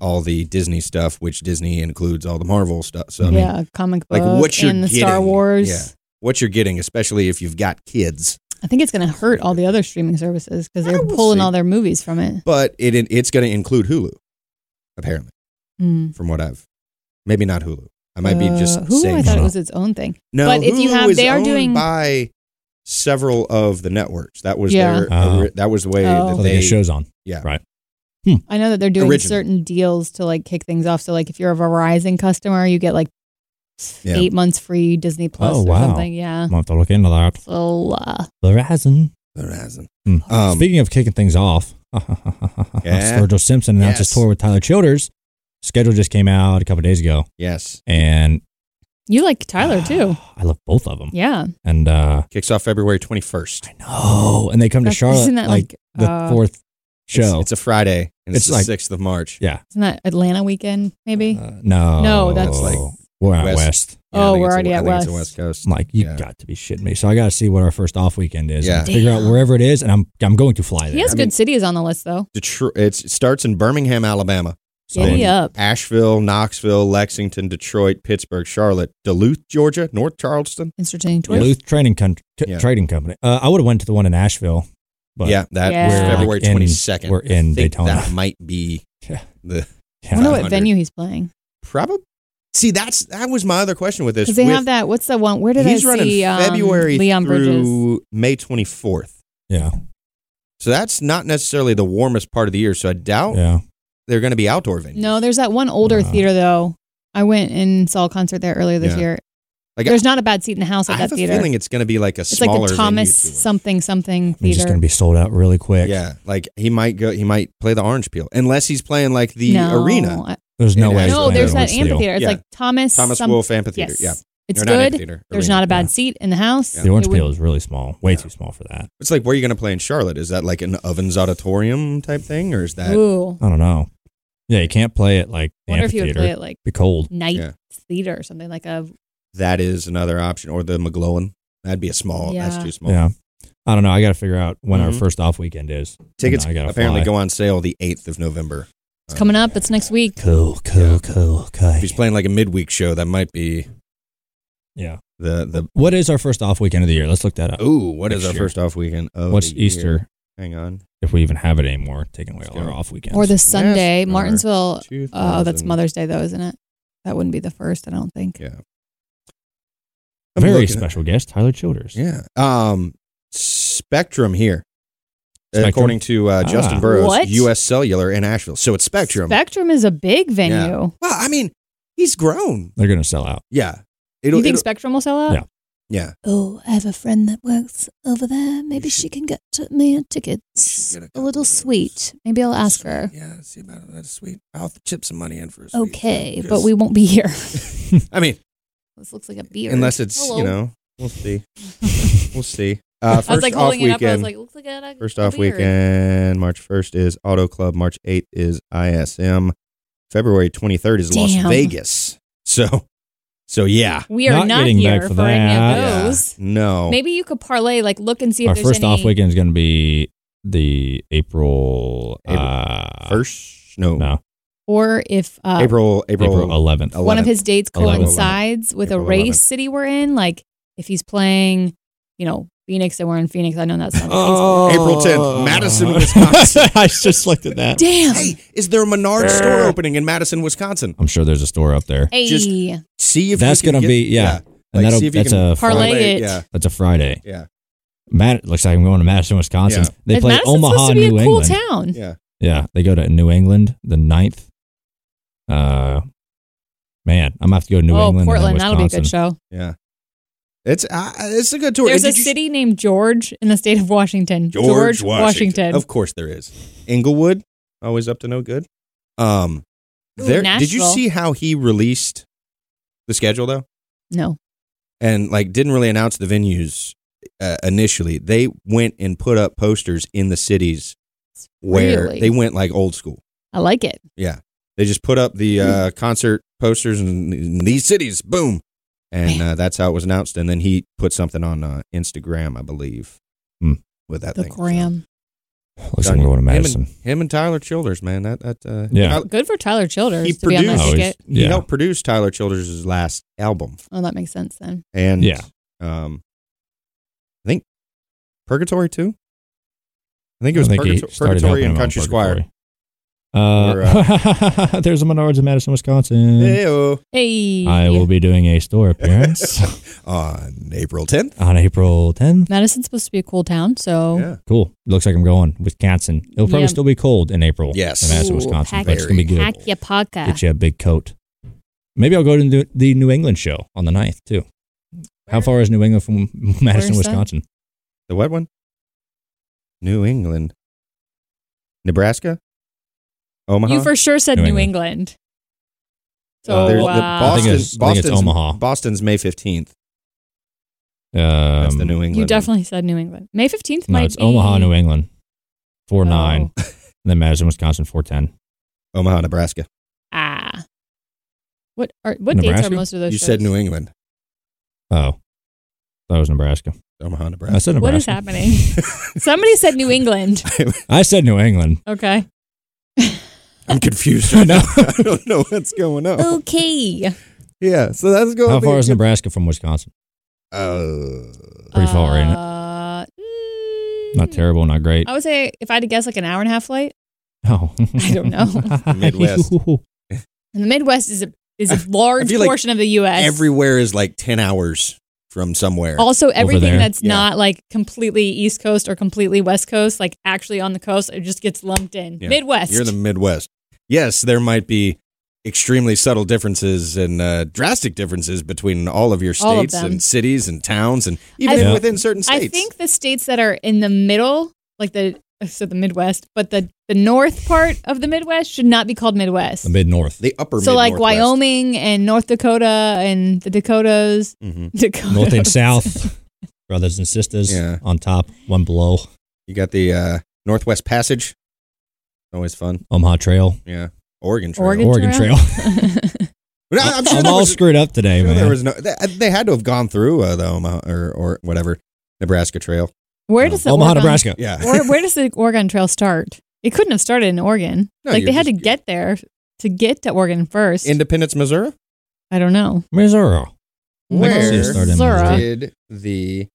Speaker 3: all the Disney stuff, which Disney includes all the Marvel stuff. So I mean,
Speaker 4: yeah, comic book
Speaker 3: like, what you're
Speaker 4: and the Star
Speaker 3: getting-
Speaker 4: Wars.
Speaker 3: yeah. what you're getting, especially if you've got kids,
Speaker 4: I think it's going to hurt all the other streaming services because
Speaker 3: I
Speaker 4: they're
Speaker 3: will
Speaker 4: pulling
Speaker 3: see.
Speaker 4: all their movies from it.
Speaker 3: but it it's going to include Hulu, apparently,
Speaker 4: Mm.
Speaker 3: from what I've maybe not Hulu. I might be just
Speaker 4: Uh, Hulu.
Speaker 3: saying
Speaker 4: I thought
Speaker 2: no.
Speaker 4: it was its own thing.
Speaker 3: no.
Speaker 4: but if you
Speaker 3: Hulu
Speaker 4: have-
Speaker 3: is
Speaker 4: they are
Speaker 3: owned
Speaker 4: doing-
Speaker 3: by several of the networks. That was
Speaker 4: Yeah.
Speaker 3: their
Speaker 2: Oh.
Speaker 3: ori- that was the way
Speaker 4: Oh.
Speaker 3: that
Speaker 2: So
Speaker 3: they
Speaker 2: they get shows on.
Speaker 4: I know that they're doing
Speaker 3: Original.
Speaker 4: certain deals to like kick things off. So like if you're a Verizon customer, you get like
Speaker 3: Yeah.
Speaker 4: eight months free Disney Plus
Speaker 2: Oh,
Speaker 4: or
Speaker 2: wow.
Speaker 4: something. Yeah.
Speaker 2: I'm gonna have to look into that.
Speaker 4: So uh,
Speaker 2: Verizon.
Speaker 3: Verizon.
Speaker 2: Hmm.
Speaker 3: Um,
Speaker 2: Speaking of kicking things off, Sturgill Simpson announced his
Speaker 3: Yes.
Speaker 2: tour with Tyler Childers. Schedule just came out a couple days ago,
Speaker 3: Yes,
Speaker 2: and
Speaker 4: you like Tyler too.
Speaker 2: I love both of them.
Speaker 4: Yeah.
Speaker 2: And uh,
Speaker 3: kicks off February 21st.
Speaker 2: no, and they come to
Speaker 4: That's-
Speaker 2: Charlotte
Speaker 4: Isn't that
Speaker 2: like,
Speaker 4: like,
Speaker 2: the
Speaker 4: uh,
Speaker 2: fourth
Speaker 3: It's-
Speaker 2: show.
Speaker 3: It's, a Friday. And it's,
Speaker 2: It's
Speaker 3: the
Speaker 2: like-
Speaker 3: sixth of March.
Speaker 2: yeah,
Speaker 4: Isn't that Atlanta weekend? Maybe.
Speaker 2: Uh, no,
Speaker 4: No, that's- That's
Speaker 2: like
Speaker 4: like
Speaker 2: we're out
Speaker 3: West.
Speaker 2: west.
Speaker 3: Yeah, I
Speaker 4: Oh,
Speaker 3: think
Speaker 4: we're
Speaker 3: it's a-
Speaker 4: already
Speaker 3: I
Speaker 4: at
Speaker 3: think it's a
Speaker 4: West.
Speaker 3: Coast.
Speaker 2: I'm like, you
Speaker 3: Yeah.
Speaker 2: got to be shitting me. So I got to see what our first off weekend is.
Speaker 3: Yeah.
Speaker 2: and figure out
Speaker 4: Damn.
Speaker 2: wherever it is, and I'm I'm going to fly there.
Speaker 4: he has
Speaker 3: I
Speaker 4: good
Speaker 3: mean-
Speaker 4: cities on the list though.
Speaker 3: Detroit. It's, it starts in Birmingham, Alabama. So
Speaker 4: Giddy
Speaker 3: in
Speaker 4: up.
Speaker 3: Asheville, Knoxville, Lexington, Detroit, Pittsburgh, Charlotte, Duluth, Georgia, North Charleston.
Speaker 4: Entertaining tours.
Speaker 2: Duluth Trading Com- T-
Speaker 3: Yeah.
Speaker 2: Trading Company. Uh, I would have went to the one in Nashville. But
Speaker 3: yeah, that
Speaker 4: Yeah.
Speaker 3: was
Speaker 4: We're, like,
Speaker 3: February
Speaker 2: in-
Speaker 3: twenty second.
Speaker 2: we're in Daytona.
Speaker 3: That might be
Speaker 2: Yeah.
Speaker 3: the
Speaker 4: I wonder what
Speaker 3: 500.
Speaker 4: venue he's playing.
Speaker 3: probably See, that's that was my other question with this.
Speaker 4: Because they
Speaker 3: With-
Speaker 4: have that. What's the one? Where did
Speaker 3: he's
Speaker 4: I
Speaker 3: running
Speaker 4: see um,
Speaker 3: February
Speaker 4: Leon Bridges?
Speaker 3: through May 24th.
Speaker 2: Yeah.
Speaker 3: So that's not necessarily the warmest part of the year. So I doubt
Speaker 2: Yeah.
Speaker 3: they're going to be outdoor venues.
Speaker 4: No, there's that one older
Speaker 2: Wow.
Speaker 4: theater though. I went and saw a concert there earlier this
Speaker 3: Uh-huh. Yeah.
Speaker 4: year.
Speaker 3: Like,
Speaker 4: there's not a bad seat in the house
Speaker 3: I
Speaker 4: at
Speaker 3: have
Speaker 4: that
Speaker 3: a
Speaker 4: theater.
Speaker 3: feeling it's going to be like a
Speaker 4: it's
Speaker 3: smaller
Speaker 4: like the
Speaker 3: venue
Speaker 4: Thomas
Speaker 3: to it.
Speaker 4: something something
Speaker 2: I mean, just
Speaker 4: theater.
Speaker 2: going to be sold out really quick.
Speaker 3: Yeah, like he might go. He might play the orange peel unless he's playing like the
Speaker 4: no,
Speaker 3: arena.
Speaker 4: I-
Speaker 2: There's no
Speaker 3: And
Speaker 2: way.
Speaker 3: it's
Speaker 4: No,
Speaker 3: playing
Speaker 4: there's
Speaker 3: in
Speaker 4: that amphitheater. It's
Speaker 3: Yeah.
Speaker 4: like Thomas.
Speaker 3: Thomas
Speaker 4: some-
Speaker 3: Wolfe Amphitheater.
Speaker 4: Yes.
Speaker 3: Yeah,
Speaker 4: It's
Speaker 3: Or not
Speaker 4: good.
Speaker 3: amphitheater,
Speaker 4: There's
Speaker 3: arena.
Speaker 4: not a bad
Speaker 2: Yeah.
Speaker 4: seat in the house.
Speaker 2: The Orange
Speaker 4: It would-
Speaker 2: Peel is really small. Way
Speaker 3: Yeah.
Speaker 2: too small for that.
Speaker 3: It's like where are you going to play in Charlotte? Is that like an Ovens Auditorium type thing, or is that
Speaker 4: Ooh.
Speaker 2: I don't know. Yeah, you can't play it like the
Speaker 4: Wonder if you would
Speaker 2: amphitheater.
Speaker 4: play it like
Speaker 2: be cold.
Speaker 4: night
Speaker 3: Yeah.
Speaker 4: theater or something like a
Speaker 3: that is another option, or the McGlowan? That'd be a small.
Speaker 4: Yeah.
Speaker 3: That's too small.
Speaker 2: Yeah. I don't know. I got to figure out when our
Speaker 3: Mhm.
Speaker 2: first off weekend is.
Speaker 3: Tickets
Speaker 2: I gotta
Speaker 3: apparently
Speaker 2: fly.
Speaker 3: go on sale the eighth of November.
Speaker 4: It's coming up. It's next week.
Speaker 2: Cool, cool, cool. Okay.
Speaker 3: If he's playing like a midweek show, that might be
Speaker 2: Yeah.
Speaker 3: the the.
Speaker 2: What is our first off weekend of the year? Let's look that up.
Speaker 3: Ooh, what is
Speaker 2: Next
Speaker 3: our
Speaker 2: year.
Speaker 3: first off weekend? Of
Speaker 2: What's
Speaker 3: the year?
Speaker 2: Easter?
Speaker 3: Hang on.
Speaker 2: If we even have it anymore, taking away
Speaker 3: Let's
Speaker 2: all our
Speaker 3: go.
Speaker 2: off weekends.
Speaker 4: Or the Sunday,
Speaker 3: Yes.
Speaker 4: Martinsville. Oh, that's
Speaker 3: 2000.
Speaker 4: Mother's Day though, isn't it? That wouldn't be the first, I don't think.
Speaker 3: Yeah. I'm
Speaker 2: very
Speaker 3: looking at-
Speaker 2: special guest, Tyler Childers.
Speaker 3: Yeah. Um, Spectrum here,
Speaker 2: Spectrum?
Speaker 3: according to uh, Justin
Speaker 2: Ah.
Speaker 3: Burrows,
Speaker 4: What?
Speaker 3: U.S. Cellular in Asheville. So it's Spectrum.
Speaker 4: Spectrum is a big venue.
Speaker 3: well, I mean, he's grown.
Speaker 2: They're going to sell out.
Speaker 3: Yeah.
Speaker 4: Do
Speaker 3: It'll,
Speaker 4: You think
Speaker 3: it'll-
Speaker 4: Spectrum will sell out?
Speaker 2: Yeah.
Speaker 3: yeah.
Speaker 6: Oh, I have a friend that works over there. Maybe she
Speaker 3: should-
Speaker 6: can get t- me
Speaker 3: should
Speaker 6: tickets.
Speaker 3: get a
Speaker 6: A
Speaker 3: couple
Speaker 6: little
Speaker 3: of those.
Speaker 6: sweet.
Speaker 4: Maybe I'll ask her.
Speaker 3: Yeah. See about it. That's sweet. I'll chip some money in for. A
Speaker 6: Okay,
Speaker 4: But we won't be here.
Speaker 3: I mean,
Speaker 4: this looks like a beer.
Speaker 3: unless it's
Speaker 4: Hello.
Speaker 3: you know, we'll see. we'll see. Uh, first
Speaker 4: I was like
Speaker 3: off
Speaker 4: holding
Speaker 3: weekend.
Speaker 4: it up. I was like, looks like a
Speaker 3: First
Speaker 4: a
Speaker 3: off
Speaker 4: beer.
Speaker 3: weekend, March 1st is Auto Club. March 8th is ISM. February 23rd is Las
Speaker 4: Damn.
Speaker 3: Vegas. So, so yeah.
Speaker 4: We are
Speaker 2: Not
Speaker 4: not,
Speaker 2: getting
Speaker 4: here
Speaker 2: back for
Speaker 4: for any
Speaker 2: that.
Speaker 4: of those.
Speaker 3: No.
Speaker 4: Maybe you could parlay, like look and see if
Speaker 2: our
Speaker 4: there's
Speaker 2: first
Speaker 4: any.
Speaker 2: off weekend is going to be the April, uh,
Speaker 3: First? No.
Speaker 2: No,
Speaker 4: Or if uh,
Speaker 3: April, April.
Speaker 2: April, 11th.
Speaker 3: Ele-
Speaker 4: one of his dates
Speaker 2: 11th.
Speaker 4: coincides with a
Speaker 3: April
Speaker 4: race
Speaker 3: 11th.
Speaker 4: city we're in. Like if he's playing, you know, Phoenix and we're in Phoenix. I know that's not
Speaker 3: Oh. April 10th, Madison, Wisconsin.
Speaker 2: I just looked at that.
Speaker 4: Damn.
Speaker 3: Hey, is there a Menard store opening in Madison, Wisconsin?
Speaker 2: I'm sure there's a store up there.
Speaker 4: Hey,
Speaker 3: just- See if
Speaker 2: That's
Speaker 3: you can
Speaker 2: gonna
Speaker 3: get-
Speaker 2: be- yeah.
Speaker 3: Like,
Speaker 2: And that'll,
Speaker 3: see if you
Speaker 2: that's
Speaker 3: can
Speaker 2: a
Speaker 4: Parlay
Speaker 2: Friday.
Speaker 4: it.
Speaker 3: Yeah.
Speaker 2: That's a Friday.
Speaker 3: Yeah.
Speaker 2: Matt looks like I'm going to Madison, Wisconsin.
Speaker 3: Yeah.
Speaker 2: They
Speaker 4: and
Speaker 2: play
Speaker 4: Madison's
Speaker 2: Omaha,
Speaker 4: supposed to be
Speaker 2: New
Speaker 4: a cool
Speaker 2: England.
Speaker 4: town.
Speaker 3: Yeah.
Speaker 2: Yeah, they go to New England the 9th. Uh, man, I'm gonna have to go to New
Speaker 4: oh,
Speaker 2: England. and then
Speaker 4: Portland, that'll be a
Speaker 2: Wisconsin.
Speaker 4: good show.
Speaker 3: Yeah. It's, uh, it's a good tour.
Speaker 4: There's
Speaker 3: Did
Speaker 4: a
Speaker 3: you-
Speaker 4: city named George in the state of Washington.
Speaker 3: George, Washington.
Speaker 4: Washington.
Speaker 3: Of course there is. Inglewood, always up to no good. Um
Speaker 4: Ooh,
Speaker 3: there did you
Speaker 4: Nashville.
Speaker 3: see how he released the schedule though?
Speaker 4: no,
Speaker 3: And like didn't really announce the venues uh, initially. They went and put up posters in the cities where
Speaker 4: Really?
Speaker 3: they went like old school.
Speaker 4: I like it.
Speaker 3: Yeah. They just put up the uh, concert posters in, in these cities. Boom. And uh, that's how it was announced. And then he put something on uh, Instagram, I believe,
Speaker 2: Hmm.
Speaker 3: with that
Speaker 4: The
Speaker 3: thing. So-
Speaker 4: Graham.
Speaker 2: Looks like I'm going to Madison.
Speaker 3: Him and, him and Tyler Childers, man. That that uh,
Speaker 2: Yeah.
Speaker 3: Tyler-
Speaker 4: Good for Tyler Childers
Speaker 3: He
Speaker 4: to be on that
Speaker 3: produced-
Speaker 2: Oh, he's-
Speaker 4: ticket.
Speaker 3: he
Speaker 2: yeah.
Speaker 3: helped produce Tyler Childers' last album,
Speaker 4: Oh, that makes sense then.
Speaker 3: and
Speaker 2: Yeah.
Speaker 3: um, I think Purgatory too. I think it was
Speaker 2: I think he
Speaker 3: Purgato-
Speaker 2: started
Speaker 3: Purgatory
Speaker 2: helping him
Speaker 3: and
Speaker 2: on
Speaker 3: Country Squire. uh,
Speaker 2: Purgatory. Uh, there's a Menards in Madison, Wisconsin.
Speaker 3: Heyo.
Speaker 4: Hey,
Speaker 2: I will be doing a store appearance
Speaker 3: on April tenth.
Speaker 2: on April 10th.
Speaker 4: Madison's supposed to be a cool town, so
Speaker 3: Yeah,
Speaker 2: Cool. Looks like I'm going Wisconsin. It'll probably
Speaker 4: Yeah.
Speaker 2: still be cold in April.
Speaker 3: Yes.
Speaker 2: in Madison,
Speaker 4: Ooh,
Speaker 2: Wisconsin.
Speaker 4: pack
Speaker 2: but it's gonna be
Speaker 3: your-
Speaker 2: good.
Speaker 4: pack your pocket.
Speaker 2: Get you a big coat. Maybe I'll go to New- the New England show on the 9th too. How far is New England from Madison,
Speaker 4: that?
Speaker 2: Wisconsin?
Speaker 3: the wet one. New England, Nebraska, Omaha.
Speaker 4: You for sure said
Speaker 2: Uh-huh. New
Speaker 4: New,
Speaker 2: England.
Speaker 4: England.
Speaker 2: Uh,
Speaker 4: So
Speaker 3: There's the
Speaker 4: uh,
Speaker 2: I think
Speaker 3: Boston,
Speaker 2: it's- I think it's
Speaker 3: Boston's-
Speaker 2: Omaha.
Speaker 3: Boston's May fifteenth.
Speaker 2: Um,
Speaker 3: That's the New England.
Speaker 4: you
Speaker 3: one.
Speaker 4: definitely said New England. May fifteenth
Speaker 2: No,
Speaker 4: might
Speaker 2: it's
Speaker 4: be
Speaker 2: Omaha, New England. Four nine.
Speaker 4: Oh.
Speaker 2: And then Madison, Wisconsin, four ten.
Speaker 3: Omaha, Nebraska.
Speaker 4: Ah, what are what dates
Speaker 2: Nebraska?
Speaker 4: are most of those?
Speaker 3: You said New England,
Speaker 2: Oh. That was Nebraska.
Speaker 3: Omaha, Nebraska.
Speaker 2: I said Nebraska.
Speaker 4: What is happening? Somebody said New England.
Speaker 2: I said New England.
Speaker 4: Okay.
Speaker 3: I'm confused. I know. I don't know what's going on.
Speaker 2: Oh.
Speaker 4: Oh. Okay.
Speaker 3: Yeah. So that's going.
Speaker 2: How far is Nebraska from Wisconsin?
Speaker 3: Oh,
Speaker 2: Pretty far, ain't it?
Speaker 4: Uh, mm,
Speaker 2: Not terrible, not great.
Speaker 4: I would say if I had to guess, like an hour and a half flight.
Speaker 2: Oh.
Speaker 4: I don't know.
Speaker 3: Midwest.
Speaker 4: And the Midwest is a is a large
Speaker 3: feel like
Speaker 4: portion of the U.S.
Speaker 3: Everywhere is like 10 hours from somewhere.
Speaker 4: also, everything
Speaker 2: there.
Speaker 4: that's
Speaker 3: Yeah.
Speaker 4: not like completely East Coast or completely West Coast, like actually on the coast, it just gets lumped in.
Speaker 3: Yeah.
Speaker 4: Midwest.
Speaker 3: You're in the Midwest. Yes, there might be extremely subtle differences and uh, drastic differences between all of your
Speaker 4: All of
Speaker 3: states
Speaker 4: them.
Speaker 3: and cities and towns and even
Speaker 4: I-
Speaker 3: in-
Speaker 2: Yeah.
Speaker 3: within certain states.
Speaker 4: I think the states that are in the middle, like the so the Midwest, but the the north part of the Midwest should not be called Midwest.
Speaker 2: the mid north,
Speaker 3: the upper
Speaker 4: so like
Speaker 3: mid-northwest.
Speaker 4: Wyoming and North Dakota and the Dakotas,
Speaker 3: Mhm.
Speaker 4: Dakota
Speaker 2: north and south, brothers and sisters
Speaker 3: Yeah.
Speaker 2: on top, one below,
Speaker 3: You got the uh, Northwest Passage. Always fun.
Speaker 2: Omaha Trail,
Speaker 3: Yeah. Oregon Trail.
Speaker 4: Oregon
Speaker 2: Oregon
Speaker 4: Trail.
Speaker 2: Trail.
Speaker 3: No, I'm
Speaker 2: I'm,
Speaker 3: sure there
Speaker 2: all
Speaker 3: was-
Speaker 2: screwed up today,
Speaker 3: sure
Speaker 2: man.
Speaker 3: there was no. They, uh, they had to have gone through uh, the Omaha or, or whatever Nebraska Trail.
Speaker 4: Where does the
Speaker 2: Omaha,
Speaker 4: Oregon,
Speaker 2: Nebraska.
Speaker 3: Yeah.
Speaker 4: Where, where does the Oregon Trail start? It couldn't have started in Oregon.
Speaker 3: No,
Speaker 4: like
Speaker 3: you're
Speaker 4: they had to
Speaker 3: just-
Speaker 4: get there to get to Oregon first.
Speaker 3: Independence, Missouri.
Speaker 4: I don't know.
Speaker 2: Missouri
Speaker 3: Where
Speaker 2: It started in
Speaker 4: Missouri.
Speaker 2: Missouri.
Speaker 3: Did the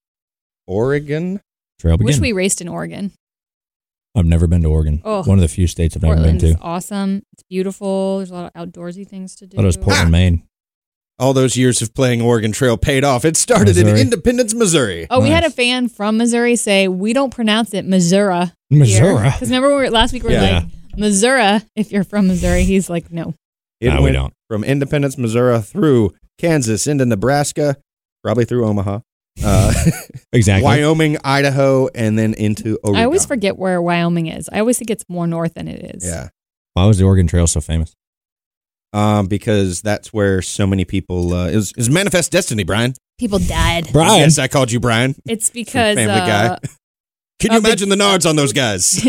Speaker 3: Oregon?
Speaker 2: Trail
Speaker 4: Wish
Speaker 2: begin.
Speaker 4: we raced in Oregon.
Speaker 2: I've never been to Oregon.
Speaker 4: Oh.
Speaker 2: One of the few states I've never
Speaker 4: Portland
Speaker 2: been
Speaker 4: is
Speaker 2: to.
Speaker 4: awesome. It's beautiful. There's a lot of outdoorsy things to do.
Speaker 2: thought
Speaker 3: Ah.
Speaker 2: it was Portland, Maine.
Speaker 3: All those years of playing Oregon Trail paid off. It started
Speaker 2: Missouri.
Speaker 3: in Independence, Missouri.
Speaker 4: Oh, we had a
Speaker 2: Nice.
Speaker 4: fan from Missouri say we don't pronounce it Missouri.
Speaker 2: Missouri.
Speaker 4: Because remember we were, last week we were
Speaker 2: Yeah.
Speaker 4: like Missouri. If you're from Missouri, he's like no.
Speaker 3: It
Speaker 2: no, we
Speaker 3: went
Speaker 2: don't.
Speaker 3: from Independence, Missouri, through Kansas into Nebraska, probably through Omaha, uh,
Speaker 2: Exactly.
Speaker 3: Wyoming, Idaho, and then into Oregon.
Speaker 4: I always forget where Wyoming is. I always think it's more north than it is.
Speaker 3: Yeah,
Speaker 2: Why was the Oregon Trail so famous?
Speaker 3: um, because that's where so many people uh, is is manifest destiny, Brian.
Speaker 4: People died.
Speaker 2: Brian.
Speaker 3: Yes, I called you Brian.
Speaker 4: It's because
Speaker 3: Family
Speaker 4: uh,
Speaker 3: Can you
Speaker 4: Uh, but-
Speaker 3: imagine the nards on those guys?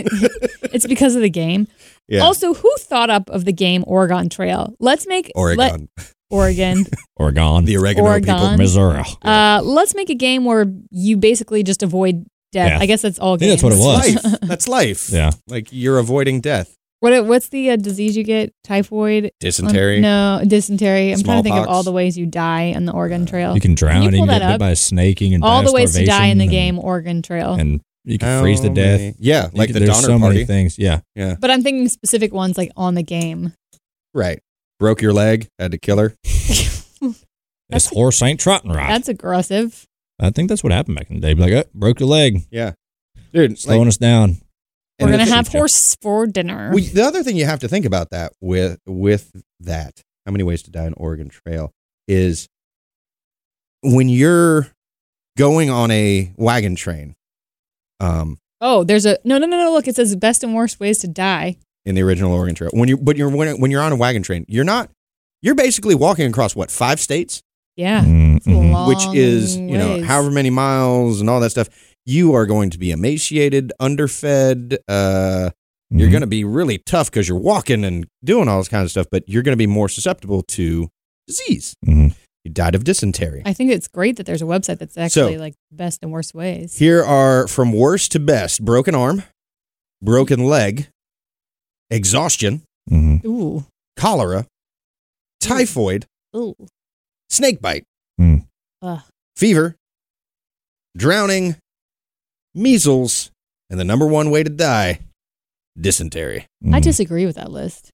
Speaker 4: it's because of the game.
Speaker 3: Yeah,
Speaker 4: Also, who thought up of the game Oregon Trail? Let's make let-
Speaker 3: Oregon,
Speaker 4: Oregon.
Speaker 2: Oregon.
Speaker 3: the oregano people.
Speaker 4: Oregon.
Speaker 2: Missouri.
Speaker 4: uh, let's make a game where you basically just avoid death.
Speaker 2: Death.
Speaker 4: I guess that's all.
Speaker 2: think
Speaker 4: Games.
Speaker 2: that's what it was.
Speaker 3: Life. That's life.
Speaker 2: Yeah.
Speaker 3: Like you're avoiding death,
Speaker 4: What what's the uh, disease you get? Typhoid. Um,
Speaker 3: dysentery.
Speaker 4: no, dysentery. I'm trying to think of
Speaker 3: Smallpox.
Speaker 4: all the ways you die on the Oregon Trail.
Speaker 2: Uh, You can drown
Speaker 4: you
Speaker 2: and you
Speaker 4: pull
Speaker 2: can get
Speaker 4: that
Speaker 2: bit
Speaker 4: up?
Speaker 2: by a snaking and
Speaker 4: all
Speaker 2: die of
Speaker 4: the ways to die in the
Speaker 2: starvation
Speaker 4: game Oregon Trail.
Speaker 2: And, and you can
Speaker 3: How
Speaker 2: freeze to death.
Speaker 3: many- Yeah,
Speaker 2: You
Speaker 3: like
Speaker 2: can-
Speaker 3: the
Speaker 2: there's
Speaker 3: Donner
Speaker 2: so
Speaker 3: Party.
Speaker 2: many things. Yeah.
Speaker 4: but I'm thinking specific ones like on the game.
Speaker 3: Right. Broke your leg, had to kill her.
Speaker 4: That's
Speaker 2: This
Speaker 4: a-
Speaker 2: horse ain't trotting right.
Speaker 4: That's aggressive.
Speaker 2: I think that's what happened back in the day. Be like, oh, broke your leg,
Speaker 3: Dude,
Speaker 2: slowing us down.
Speaker 4: We're
Speaker 3: and
Speaker 4: gonna
Speaker 3: the-
Speaker 4: have
Speaker 2: Jeff.
Speaker 4: horse for dinner.
Speaker 3: we, the other thing you have to think about that with with that, how many ways to die in Oregon Trail is when you're going on a wagon train, um,
Speaker 4: oh, there's a no, no, no, no. Look, it says best and worst ways to die.
Speaker 3: in the original Oregon Trail. When you but you're when, when you're on a wagon train, you're not you're basically walking across what five states,
Speaker 4: Yeah,
Speaker 2: Mm,
Speaker 4: It's a
Speaker 2: mhm.
Speaker 4: long
Speaker 3: which is you know
Speaker 4: ways.
Speaker 3: however many miles and all that stuff. You are going to be emaciated, underfed, uh, you're
Speaker 2: Mhm.
Speaker 3: going to be really tough because you're walking and doing all this kind of stuff, but you're going to be more susceptible to disease.
Speaker 2: Mhm.
Speaker 3: You died of dysentery.
Speaker 4: I think it's great that there's a website that's actually
Speaker 3: So-
Speaker 4: like best and worst ways.
Speaker 3: Here are from worst to best broken arm, broken leg, exhaustion,
Speaker 2: Mhm.
Speaker 4: Ooh,
Speaker 3: cholera, typhoid,
Speaker 4: ooh,
Speaker 3: snake bite,
Speaker 2: Hmm.
Speaker 4: Ugh.
Speaker 3: fever, drowning, measles, and the number one way to die, dysentery.
Speaker 4: I
Speaker 2: Mhm.
Speaker 4: disagree with that list.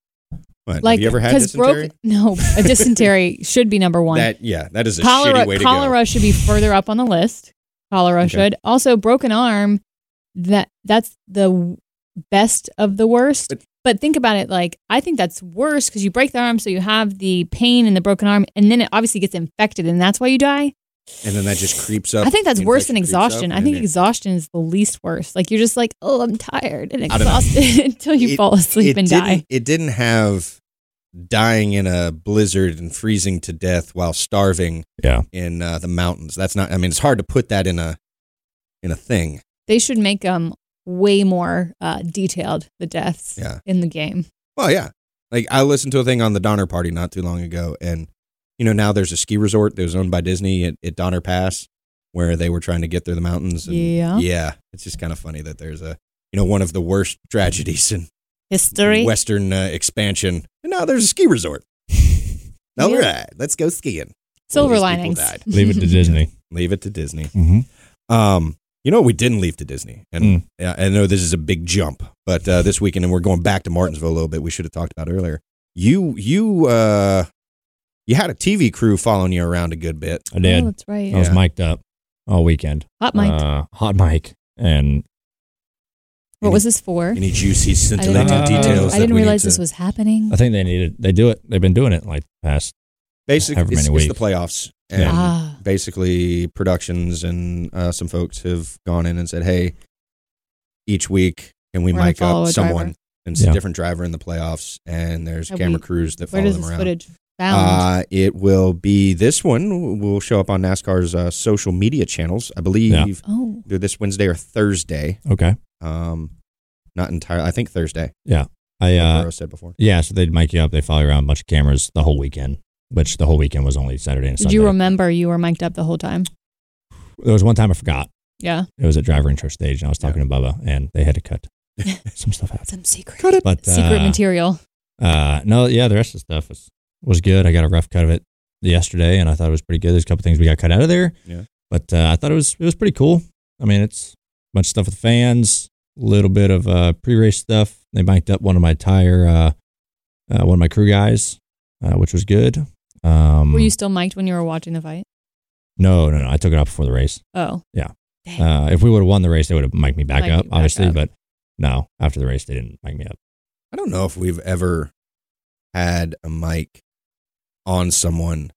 Speaker 3: What,
Speaker 4: Like,
Speaker 3: Hmm. have you ever had
Speaker 4: 'cause
Speaker 3: dysentery?
Speaker 4: broke no, a dysentery should be number one.
Speaker 3: That yeah, that is a shitty way
Speaker 4: cholera,
Speaker 3: to
Speaker 4: cholera should be further up on the list. Cholera
Speaker 3: Okay.
Speaker 4: should also broken arm. That that's the w- best of the worst.
Speaker 3: But-
Speaker 4: But, think about it, like I think that's worse because you break the arm, so you have the pain in the broken arm, and then it obviously gets infected, and that's why you die.
Speaker 3: go. And then that just creeps up.
Speaker 4: I think that's
Speaker 3: the
Speaker 4: worse
Speaker 3: infection
Speaker 4: than
Speaker 3: creeps up,
Speaker 4: exhaustion. I
Speaker 3: and
Speaker 4: think
Speaker 3: it-
Speaker 4: exhaustion is the least worst. Like you're just like, oh, I'm tired and
Speaker 3: I don't know.
Speaker 4: exhausted until you
Speaker 3: It-
Speaker 4: fall asleep
Speaker 3: it
Speaker 4: and
Speaker 3: didn't,
Speaker 4: die.
Speaker 3: It didn't have dying in a blizzard and freezing to death while starving.
Speaker 2: Yeah.
Speaker 3: in uh, the mountains. That's not. I mean, it's hard to put that in a in a thing.
Speaker 4: They should make um way more uh, detailed the deaths
Speaker 3: Yeah.
Speaker 4: in the game.
Speaker 3: Well, yeah. Like I listened to a thing on the Donner Party not too long ago, and you know now there's a ski resort that was owned by Disney at, at Donner Pass where they were trying to get through the mountains. And
Speaker 4: Yeah.
Speaker 3: yeah. It's just kind of funny that there's a you know one of the worst tragedies in
Speaker 4: History.
Speaker 3: Western uh, expansion, and now there's a ski resort. All
Speaker 4: Yeah.
Speaker 3: right, let's go skiing.
Speaker 4: Silver
Speaker 3: All these people
Speaker 4: linings.
Speaker 3: died.
Speaker 2: leave it to Disney.
Speaker 3: Leave it to Disney.
Speaker 2: hmm
Speaker 3: Um, you know what we didn't leave to Disney, and
Speaker 2: Mm.
Speaker 3: yeah, I know this is a big jump, but uh, this weekend, and we're going back to Martinsville a little bit. We should have talked about earlier. You you uh, You had a TV crew following you around a good bit.
Speaker 2: I did.
Speaker 4: Oh, that's right.
Speaker 2: I was
Speaker 3: Yeah.
Speaker 2: mic'd up all weekend.
Speaker 4: Hot mic.
Speaker 2: Uh, hot mic. And
Speaker 4: what was this for?
Speaker 3: Any juicy,
Speaker 4: I didn't,
Speaker 3: scintillating
Speaker 2: Uh,
Speaker 3: details?
Speaker 4: I
Speaker 3: that
Speaker 4: didn't
Speaker 3: we need
Speaker 4: realize
Speaker 3: to-
Speaker 4: this was happening.
Speaker 2: I think they needed, they do it. They've been doing it like the past.
Speaker 3: basically
Speaker 2: however
Speaker 3: it's,
Speaker 2: many
Speaker 3: it's the
Speaker 2: weeks.
Speaker 3: playoffs, and
Speaker 2: Yeah.
Speaker 4: Ah,
Speaker 3: basically productions and uh, some folks have gone in and said, "Hey, each week can we
Speaker 4: We're gonna
Speaker 3: mic
Speaker 4: follow
Speaker 3: up
Speaker 4: a
Speaker 3: someone?"
Speaker 4: driver.
Speaker 3: And it's a
Speaker 2: Yeah.
Speaker 3: different driver in the playoffs, and there's
Speaker 4: Have
Speaker 3: camera
Speaker 4: we-
Speaker 3: crews that
Speaker 4: where
Speaker 3: follow
Speaker 4: does
Speaker 3: them
Speaker 4: this
Speaker 3: around.
Speaker 4: footage found?
Speaker 3: Uh, it will be this one will show up on NASCAR's uh, social media channels, I believe,
Speaker 2: Yeah.
Speaker 4: oh,
Speaker 3: either this Wednesday or Thursday.
Speaker 2: Okay.
Speaker 3: Um, not entirely. I think Thursday.
Speaker 2: I,
Speaker 3: like
Speaker 2: uh,
Speaker 3: Burrow said before.
Speaker 2: yeah, so they'd mic you up. They follow you around a bunch of cameras the whole weekend, which the whole weekend was only Saturday and
Speaker 4: did
Speaker 2: Sunday.
Speaker 4: you remember you were mic'd up the whole time?
Speaker 2: there was one time I forgot.
Speaker 4: Yeah,
Speaker 2: It was at driver intro stage, and I was talking to Bubba, and they had to cut some stuff out.
Speaker 4: some secret,
Speaker 2: But uh,
Speaker 4: secret material.
Speaker 2: Uh, no, yeah, the rest of the stuff was was good. I got a rough cut of it yesterday, and I thought it was pretty good. There's a couple things we got cut out of there,
Speaker 3: Yeah.
Speaker 2: But uh, I thought it was it was pretty cool. I mean, it's a bunch of stuff with fans, a little bit of uh, pre race stuff. They banked up one of my tire, uh, uh, one of my crew guys, uh, which was good. Um,
Speaker 4: Were you still mic'd when you were watching the fight?
Speaker 2: no, no, no. I took it off before the race.
Speaker 4: Oh,
Speaker 2: Yeah.
Speaker 4: Dang.
Speaker 2: Uh, if we would have won the race, they would have mic'd me back
Speaker 4: Mic'd you
Speaker 2: up,
Speaker 4: back
Speaker 2: obviously.
Speaker 4: up.
Speaker 2: But no, after the race, they didn't mic me up.
Speaker 3: I don't know if we've ever had a mic on someone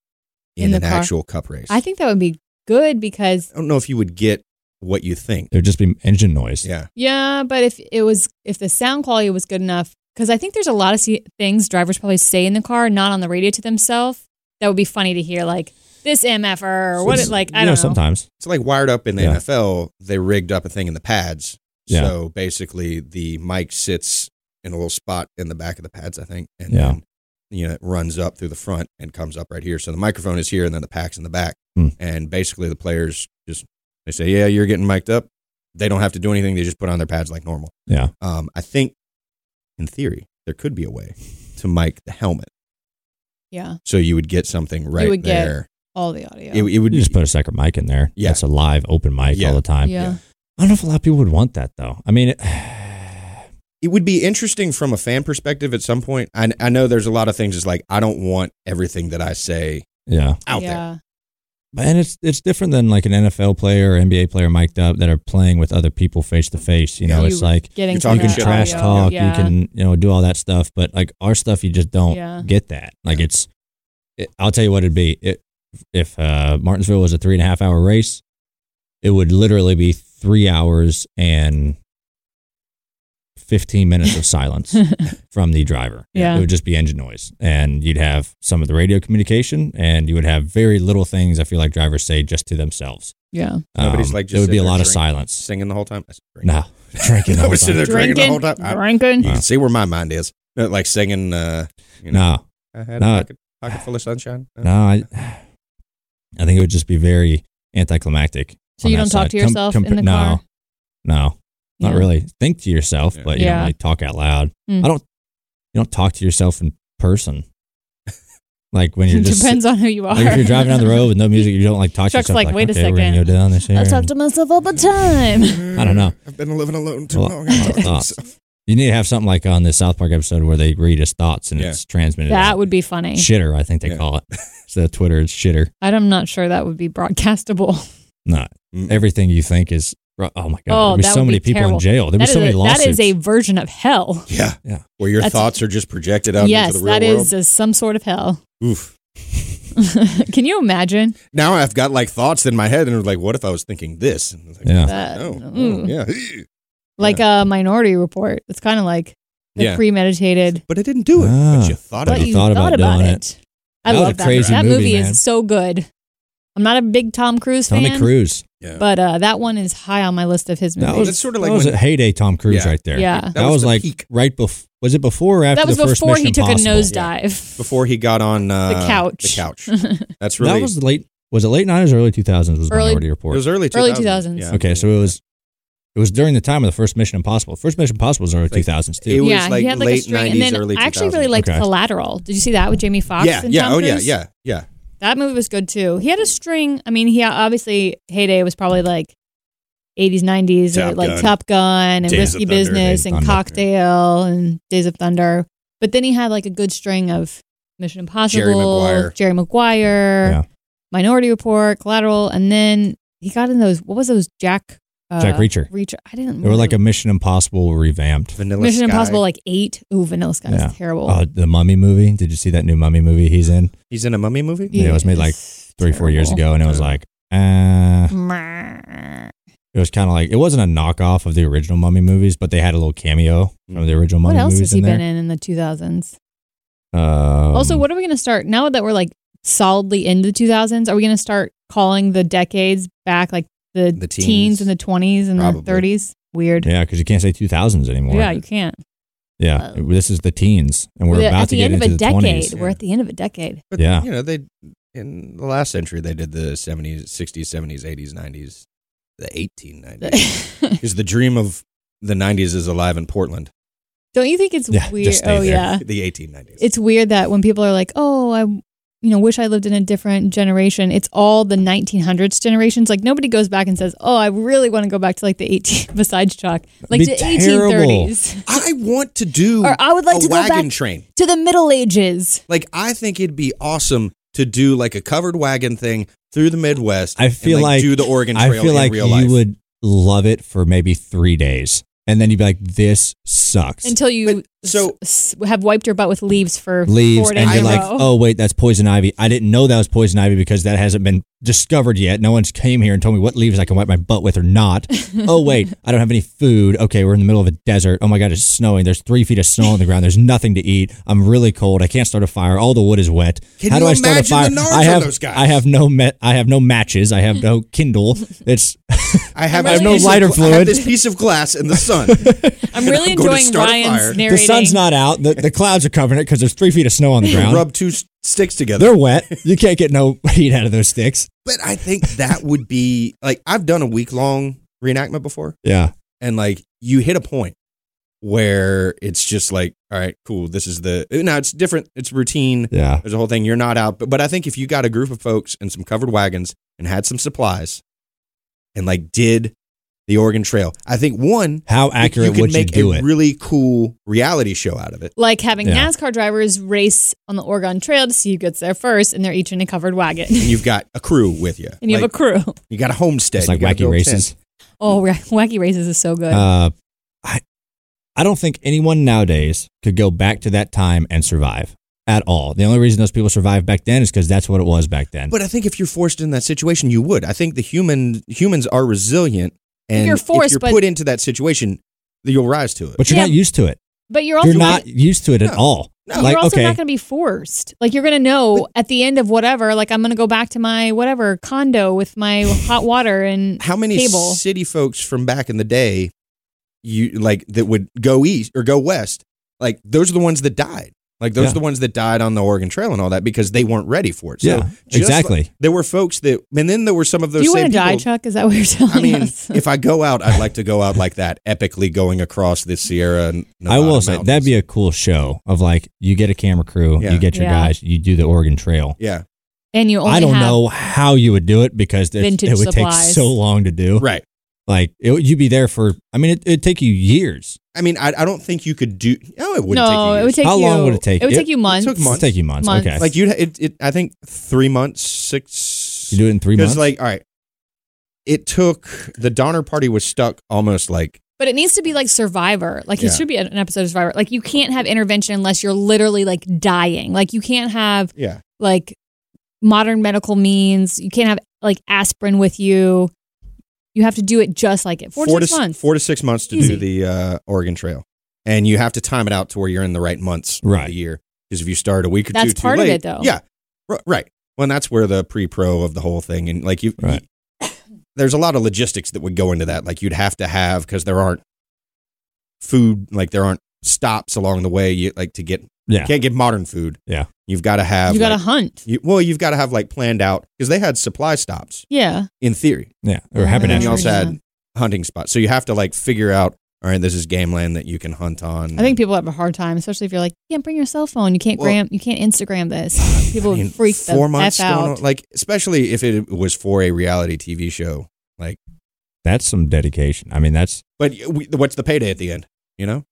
Speaker 3: in,
Speaker 4: In the
Speaker 3: an
Speaker 4: car.
Speaker 3: actual cup race.
Speaker 4: I think that would be good because
Speaker 3: I don't know if you would get what you think.
Speaker 2: It would just be engine noise.
Speaker 3: Yeah.
Speaker 4: yeah, but if it was if the sound quality was good enough, because I think there's a lot of se- things drivers probably say in the car, not on the radio to themselves. That would be funny to hear, like this mf'er er, or what? It,
Speaker 2: It's-
Speaker 4: like
Speaker 2: you
Speaker 4: I don't know.
Speaker 2: Sometimes
Speaker 3: It's like wired up in the
Speaker 2: Yeah.
Speaker 3: NFL, they rigged up a thing in the pads.
Speaker 2: Yeah.
Speaker 3: So basically the mic sits in a little spot in the back of the pads, I think. And
Speaker 2: Yeah.
Speaker 3: then you know, it runs up through the front and comes up right here. So the microphone is here and then the pack's in the back.
Speaker 2: Hmm.
Speaker 3: And basically the players just they say, Yeah, you're getting mic'd up. They don't have to do anything, they just put on their pads like normal.
Speaker 2: Yeah.
Speaker 3: Um, I think in theory, there could be a way to mic the helmet.
Speaker 4: Yeah,
Speaker 3: So you would get something right
Speaker 4: would get
Speaker 3: there.
Speaker 4: all the audio.
Speaker 3: it, it would
Speaker 2: you just put a second mic in there.
Speaker 3: Yeah.
Speaker 2: It's a live open mic
Speaker 3: Yeah.
Speaker 2: all the time.
Speaker 4: yeah.
Speaker 2: I don't know if a lot of people would want that though. I mean, it,
Speaker 3: it would be interesting from a fan perspective at some point. I, I know there's a lot of things. It's like I don't want everything that I say
Speaker 2: yeah.
Speaker 3: out there.
Speaker 4: yeah.
Speaker 2: But- And it's it's different than like an NFL player or NBA player mic'd up that are playing with other people face to face. You know,
Speaker 4: You
Speaker 2: it's like
Speaker 4: Getting
Speaker 3: You're
Speaker 4: some
Speaker 2: you
Speaker 3: talking
Speaker 4: of
Speaker 2: can
Speaker 4: that
Speaker 3: shit.
Speaker 2: trash
Speaker 4: audio.
Speaker 2: talk,
Speaker 4: Yeah.
Speaker 2: you can you know do all that stuff, but like our stuff, you just don't
Speaker 4: Uh-huh. Yeah.
Speaker 2: get that. Like it's, it, I'll tell you what it'd be. It, if uh, Martinsville was a three and a half hour race, it would literally be three hours and fifteen minutes of silence from the driver.
Speaker 4: Yeah.
Speaker 2: it would just be engine noise, and you'd have some of the radio communication, and you would have very little things. I feel like drivers say just to themselves.
Speaker 4: yeah.
Speaker 3: Nobody's, like, just
Speaker 2: there would be a
Speaker 3: sitting there
Speaker 2: lot of
Speaker 3: drinking.
Speaker 2: silence.
Speaker 3: Singing the whole time. I said, "Drink."
Speaker 2: No, drinking. the
Speaker 3: I
Speaker 2: whole
Speaker 3: was sitting
Speaker 2: time.
Speaker 3: there drinking,
Speaker 4: Drinking,
Speaker 3: the whole time. I-
Speaker 4: drinking.
Speaker 3: you can see where my mind is. No, Like singing. Uh, you know,
Speaker 2: No,
Speaker 3: I had
Speaker 2: no.
Speaker 3: a pocket, pocket full of sunshine. Uh,
Speaker 2: No, I, I think it would just be very anticlimactic.
Speaker 4: So
Speaker 2: on
Speaker 4: you
Speaker 2: that
Speaker 4: don't talk
Speaker 2: side.
Speaker 4: to
Speaker 2: Com-
Speaker 4: yourself
Speaker 2: compa-
Speaker 4: in the
Speaker 2: no,
Speaker 4: car?
Speaker 2: No, not
Speaker 4: Yeah.
Speaker 2: really. Think to yourself,
Speaker 3: Yeah.
Speaker 2: but you
Speaker 4: Yeah.
Speaker 2: don't really talk out loud.
Speaker 4: Mm.
Speaker 2: I don't. You don't talk to yourself in person. like when you're
Speaker 4: it
Speaker 2: just
Speaker 4: depends on who you are.
Speaker 2: like if you're driving down the road with no music, you don't like talk
Speaker 4: Chuck's
Speaker 2: to yourself.
Speaker 4: like, "Wait a
Speaker 2: okay, we're gonna
Speaker 4: second.
Speaker 2: go down this here
Speaker 6: I talk
Speaker 2: and-
Speaker 6: to myself all the time.
Speaker 2: I don't know.
Speaker 3: I've been living alone too
Speaker 2: Well, uh,
Speaker 3: long.
Speaker 2: I thought- you need to have something like on the South Park episode where they read his thoughts and
Speaker 3: Yeah.
Speaker 2: it's transmitted.
Speaker 4: that
Speaker 2: as
Speaker 4: would be funny.
Speaker 2: shitter. I think they
Speaker 3: Yeah.
Speaker 2: call it. So Twitter is shitter.
Speaker 4: I'm not sure that would be broadcastable.
Speaker 2: No,
Speaker 3: Mm.
Speaker 2: everything you think is. Oh my God!
Speaker 4: Oh,
Speaker 2: There'd be
Speaker 4: that
Speaker 2: so
Speaker 4: would
Speaker 2: many
Speaker 4: be
Speaker 2: people
Speaker 4: terrible.
Speaker 2: in jail. There'd
Speaker 4: That
Speaker 2: be
Speaker 4: is
Speaker 2: so
Speaker 4: a-
Speaker 2: many lawsuits.
Speaker 4: that is a version of hell.
Speaker 3: yeah.
Speaker 2: Yeah.
Speaker 3: Where your
Speaker 4: That's-
Speaker 3: thoughts are just projected out
Speaker 4: yes,
Speaker 3: into the real
Speaker 4: that is
Speaker 3: world.
Speaker 4: a- some sort of hell.
Speaker 3: Oof.
Speaker 4: Can you imagine?
Speaker 3: Now I've got like thoughts in my head, and I'm like, what if I was thinking this? And it's like,
Speaker 2: Yeah.
Speaker 4: That-
Speaker 3: No. no,
Speaker 4: Uh, mm.
Speaker 3: Oh, Yeah.
Speaker 4: Like a minority report. It's kind of like the
Speaker 3: Yeah.
Speaker 4: premeditated.
Speaker 3: But I didn't do it.
Speaker 2: Ah.
Speaker 3: but you thought
Speaker 2: But
Speaker 3: I
Speaker 4: But
Speaker 2: you
Speaker 4: you
Speaker 2: thought about doing
Speaker 4: it. I
Speaker 2: That was
Speaker 4: love
Speaker 2: a
Speaker 4: that.
Speaker 2: crazy
Speaker 4: that movie,
Speaker 2: movie, man.
Speaker 4: is so good. I'm not a big Tom Cruise
Speaker 2: Tommy
Speaker 4: fan,
Speaker 2: Cruise.
Speaker 3: Yeah.
Speaker 4: but uh, that one is high on my list of his movies.
Speaker 2: That was
Speaker 3: That's sorta like
Speaker 2: that was
Speaker 3: when-
Speaker 2: a heyday Tom Cruise
Speaker 3: Yeah.
Speaker 2: right there.
Speaker 4: Yeah.
Speaker 2: that,
Speaker 3: That was
Speaker 2: was,
Speaker 3: the
Speaker 2: like
Speaker 3: peak.
Speaker 2: right before. Was it before or after
Speaker 4: that was
Speaker 2: the first
Speaker 4: before
Speaker 2: Mission
Speaker 4: he took
Speaker 2: Impossible?
Speaker 4: a nosedive.
Speaker 3: before he got on uh,
Speaker 4: The couch.
Speaker 3: The couch. That's really
Speaker 2: That was late. Was it late nineties or early two thousands? Was
Speaker 4: Early-
Speaker 2: Minority
Speaker 3: it
Speaker 2: Report?
Speaker 3: was early 2000s.
Speaker 4: Early 2000s.
Speaker 3: Yeah.
Speaker 2: okay, so it was. It was during the time of the first Mission Impossible. First Mission Impossible was early
Speaker 3: Like,
Speaker 2: two thousands
Speaker 3: it
Speaker 2: too.
Speaker 3: was
Speaker 4: yeah,
Speaker 3: like
Speaker 4: he had like a
Speaker 3: late
Speaker 4: string.
Speaker 3: 90s,
Speaker 4: and then
Speaker 3: early
Speaker 4: I actually
Speaker 3: 2000s.
Speaker 4: really liked
Speaker 2: Okay.
Speaker 4: Collateral. Did you see that with Jamie Foxx?
Speaker 3: yeah,
Speaker 4: and
Speaker 3: yeah,
Speaker 4: Tom
Speaker 3: oh
Speaker 4: Cruise?
Speaker 3: yeah, yeah, yeah.
Speaker 4: That movie was good too. He had a string. I mean, he obviously heyday was probably like 80s, 90s,
Speaker 3: Top
Speaker 4: or like
Speaker 3: Gun.
Speaker 4: Top Gun and
Speaker 3: Days of
Speaker 4: Risky
Speaker 3: Thunder.
Speaker 4: Business and
Speaker 2: Thunder.
Speaker 4: Cocktail and Days of Thunder. But then he had like a good string of Mission Impossible,
Speaker 3: Maguire.
Speaker 4: Jerry Maguire,
Speaker 2: Yeah.
Speaker 4: Minority Report, Collateral, and then he got in those. What was those Jack? Uh,
Speaker 2: Jack Reacher.
Speaker 4: Reacher. I didn't.
Speaker 2: They were like a Mission Impossible revamped.
Speaker 3: Vanilla
Speaker 4: Mission
Speaker 3: Sky.
Speaker 4: Impossible, like eight. Ooh, Vanilla Sky
Speaker 2: Yeah.
Speaker 4: is terrible.
Speaker 2: Uh, the Mummy movie. Did you see that new Mummy movie he's in?
Speaker 3: He's in a mummy movie.
Speaker 2: yeah, it was made, like,
Speaker 4: Yes,
Speaker 2: three, four years
Speaker 4: terrible.
Speaker 2: ago, and it was like, uh,
Speaker 4: Meh.
Speaker 2: it was kind of like it wasn't a knockoff of the original Mummy movies, but they had a little cameo
Speaker 3: Hmm.
Speaker 2: from the original Mummy
Speaker 4: What else
Speaker 2: movies
Speaker 4: has he
Speaker 2: in there.
Speaker 4: been in in the 2000s?
Speaker 2: Um,
Speaker 4: also, what are we going to start now that we're like solidly into the 2000s? Are we going to start calling the decades back like the,
Speaker 3: The
Speaker 4: teens.
Speaker 3: teens.
Speaker 4: and the 20s and
Speaker 3: Probably.
Speaker 4: the 30s? Weird.
Speaker 2: Yeah, because you can't say two thousands anymore.
Speaker 4: Yeah, you can't.
Speaker 2: Yeah, this is the teens, and we're
Speaker 4: at
Speaker 2: about to
Speaker 4: the
Speaker 2: get
Speaker 4: end of
Speaker 2: into
Speaker 4: a
Speaker 2: the
Speaker 4: decade.
Speaker 2: twenties.
Speaker 4: We're at the end of a decade.
Speaker 3: But
Speaker 2: Yeah.
Speaker 3: you know they in the last century they did the seventies, sixties, seventies, eighties, nineties, the eighteen nineties. Because the dream of the nineties is alive in Portland.
Speaker 4: Don't you think it's
Speaker 2: Yeah,
Speaker 4: weird?
Speaker 2: just stay
Speaker 4: oh
Speaker 2: there.
Speaker 4: yeah,
Speaker 3: The eighteen nineties.
Speaker 4: it's weird that when people are like, "Oh, I, you know, wish I lived in a different generation." It's all the 1900s generations. Like nobody goes back and says, "Oh, I really want to go back to like the 18." Besides Chuck, like
Speaker 2: be
Speaker 4: the
Speaker 2: terrible.
Speaker 4: 1830s,
Speaker 3: I want to do
Speaker 4: or I would like
Speaker 3: a
Speaker 4: to go
Speaker 3: wagon
Speaker 4: back
Speaker 3: train.
Speaker 4: to the Middle Ages.
Speaker 3: Like I think it'd be awesome to do like a covered wagon thing through the Midwest.
Speaker 2: I
Speaker 3: and,
Speaker 2: feel like,
Speaker 3: do the Oregon Trail
Speaker 2: I feel
Speaker 3: in
Speaker 2: like
Speaker 3: real
Speaker 2: you
Speaker 3: life.
Speaker 2: would love it for maybe three days, and then you'd be like, "This sucks."
Speaker 4: Until you
Speaker 3: But- so-
Speaker 4: s- s- have wiped your butt with leaves for
Speaker 2: leaves
Speaker 4: four days
Speaker 2: and you're
Speaker 4: in a
Speaker 2: like,
Speaker 4: row.
Speaker 2: oh wait, that's poison ivy. I didn't know that was poison ivy because that hasn't been discovered yet. No one's came here and told me what leaves I can wipe my butt with or not. oh wait, I don't have any food. Okay, we're in the middle of a desert. Oh my god, it's snowing. There's three feet of snow on the ground. There's nothing to eat. I'm really cold. I can't start a fire. All the wood is wet.
Speaker 3: Can
Speaker 2: How
Speaker 3: you
Speaker 2: do I start a
Speaker 3: imagine
Speaker 2: fire?
Speaker 3: the nards
Speaker 2: I
Speaker 3: on
Speaker 2: have
Speaker 3: those guys?
Speaker 2: I have no ma- I have no matches. I have no Kindle. It's
Speaker 3: I have,
Speaker 4: I have
Speaker 3: this
Speaker 4: no
Speaker 3: piece of
Speaker 2: lighter
Speaker 3: gla- I have
Speaker 2: fluid.
Speaker 3: this piece of glass in the sun.
Speaker 4: I'm really
Speaker 3: Go to
Speaker 4: enjoying
Speaker 3: start a fire.
Speaker 4: Ryan's
Speaker 3: The
Speaker 2: the
Speaker 4: narrating.
Speaker 2: sun's not out. The, the clouds are covering it because there's three feet of snow on the ground.
Speaker 3: Rub two s- sticks together.
Speaker 2: They're wet. You can't get no heat out of those sticks.
Speaker 3: But I think that would be like I've done a week long reenactment before,
Speaker 2: Yeah.
Speaker 3: and like you hit a point where it's just like, all right, cool. This is the now it's different. It's routine.
Speaker 2: Yeah.
Speaker 3: There's a whole thing. You're not out, but but I think if you got a group of folks and some covered wagons and had some supplies, and like did the Oregon Trail, I think one
Speaker 2: How
Speaker 3: you-
Speaker 2: accurate
Speaker 3: you could
Speaker 2: would
Speaker 3: make
Speaker 2: you do
Speaker 3: a
Speaker 2: it?
Speaker 3: really cool reality show out of it.
Speaker 4: like having
Speaker 2: Yeah.
Speaker 4: NASCAR drivers race on the Oregon Trail to see who gets there first, and they're each in a covered wagon.
Speaker 3: And you've got a crew with you,
Speaker 4: and you have a
Speaker 3: Like,
Speaker 4: crew.
Speaker 3: you got a homestead,
Speaker 2: It's like
Speaker 3: you got a
Speaker 2: wacky
Speaker 3: built
Speaker 2: races.
Speaker 3: tent.
Speaker 4: Oh, ra- Wacky Races is so good.
Speaker 2: Uh, I, I don't think anyone nowadays could go back to that time and survive at all. The only reason those people survived back then is because that's what it was back then.
Speaker 3: But I think if you're forced in that situation, you would. I think the human humans are resilient, and
Speaker 4: you're forced,
Speaker 3: you're
Speaker 4: but-
Speaker 3: put into that situation, you'll rise to it.
Speaker 2: But you're
Speaker 4: Yeah.
Speaker 2: not used to it.
Speaker 4: but you're also
Speaker 2: You're not used to it at
Speaker 3: No.
Speaker 2: all.
Speaker 3: No.
Speaker 4: you're
Speaker 2: Like
Speaker 4: also
Speaker 2: okay,
Speaker 4: not going to be forced. Like you're going to know at the end of whatever. Like I'm going to go back to my whatever condo with my hot water and
Speaker 3: How many
Speaker 4: cable.
Speaker 3: city folks from back in the day, you like that would go east or go west? Like those are the ones that died. Like those
Speaker 2: Yeah.
Speaker 3: are the ones that died on the Oregon Trail and all that because they weren't ready for it. So
Speaker 2: yeah,
Speaker 3: just
Speaker 2: exactly.
Speaker 3: like- there were folks that, and then there were some of
Speaker 4: Do
Speaker 3: those
Speaker 4: you
Speaker 3: same
Speaker 4: want to
Speaker 3: people.
Speaker 4: die, Chuck? Is that what you're telling
Speaker 3: I mean,
Speaker 4: us?
Speaker 3: if I go out, I'd like to go out like that, epically going across the Sierra.
Speaker 2: I will say that'd be a cool show of like you get a camera crew,
Speaker 3: Yeah.
Speaker 2: you get your
Speaker 4: Yeah.
Speaker 2: guys, you do the Oregon Trail.
Speaker 3: yeah,
Speaker 4: and you only
Speaker 2: I don't
Speaker 4: have,
Speaker 2: know how you would do it because it,
Speaker 4: Vintage
Speaker 2: it would take
Speaker 4: supplies.
Speaker 2: so long to do.
Speaker 3: right.
Speaker 2: Like it, you'd be there for. I mean, it, it'd take you years.
Speaker 3: I mean, I, I don't think you could do. No, it would.
Speaker 4: No,
Speaker 3: take
Speaker 4: it would take
Speaker 2: How
Speaker 4: you.
Speaker 2: long would it take?
Speaker 4: It would
Speaker 2: It-
Speaker 4: take you months.
Speaker 3: took
Speaker 2: It'd
Speaker 3: months.
Speaker 2: take you months.
Speaker 4: Months.
Speaker 2: Okay,
Speaker 3: like you. It, it. I think three months, six.
Speaker 2: you do it in three months.
Speaker 3: Because like, all right, it took the Donner Party was stuck almost like
Speaker 4: But it needs to be like Survivor. Like
Speaker 3: Yeah.
Speaker 4: it should be an episode of Survivor. Like you can't have intervention unless you're literally like dying. Like you can't have
Speaker 3: yeah.
Speaker 4: like modern medical means. You can't have like aspirin with you. You have to do it just like it. Four, to six
Speaker 3: to
Speaker 4: months.
Speaker 3: four to six months to
Speaker 4: Easy.
Speaker 3: do the uh, Oregon Trail, and you have to time it out to where you're in the right months of
Speaker 2: Right.
Speaker 3: the year. Because if you start a week or
Speaker 4: That's
Speaker 3: two too
Speaker 4: part of
Speaker 3: late,
Speaker 4: it, though.
Speaker 3: yeah, R- right. Well, and that's where the pre-pro of the whole thing and like you,
Speaker 2: Right.
Speaker 3: there's a lot of logistics that would go into that. Like you'd have to have because there aren't food, like there aren't stops along the way. You like to get
Speaker 2: Yeah.
Speaker 3: can't get modern food.
Speaker 2: Yeah.
Speaker 3: you've got to have
Speaker 4: You got to
Speaker 3: like,
Speaker 4: hunt.
Speaker 3: you, well, you've got to have like planned out because they had supply stops
Speaker 4: Yeah.
Speaker 3: in theory,
Speaker 2: Yeah, or
Speaker 4: Yeah.
Speaker 3: and then
Speaker 2: haberdashery.
Speaker 3: you also
Speaker 4: Yeah.
Speaker 3: had hunting spots. So you have to like figure out, all right, this is game land that you can hunt on.
Speaker 4: I think people have a hard time, especially if you're like, you can't bring your cell phone. You can't
Speaker 3: Mm-hmm. Well-
Speaker 4: gram. You can't Instagram this. People
Speaker 3: I mean,
Speaker 4: freak the
Speaker 3: four months
Speaker 4: f
Speaker 3: going
Speaker 4: out.
Speaker 3: on- like especially if it was for a reality TV show.
Speaker 2: That's some dedication. I mean, that's
Speaker 3: But we, what's the payday at the end? You know,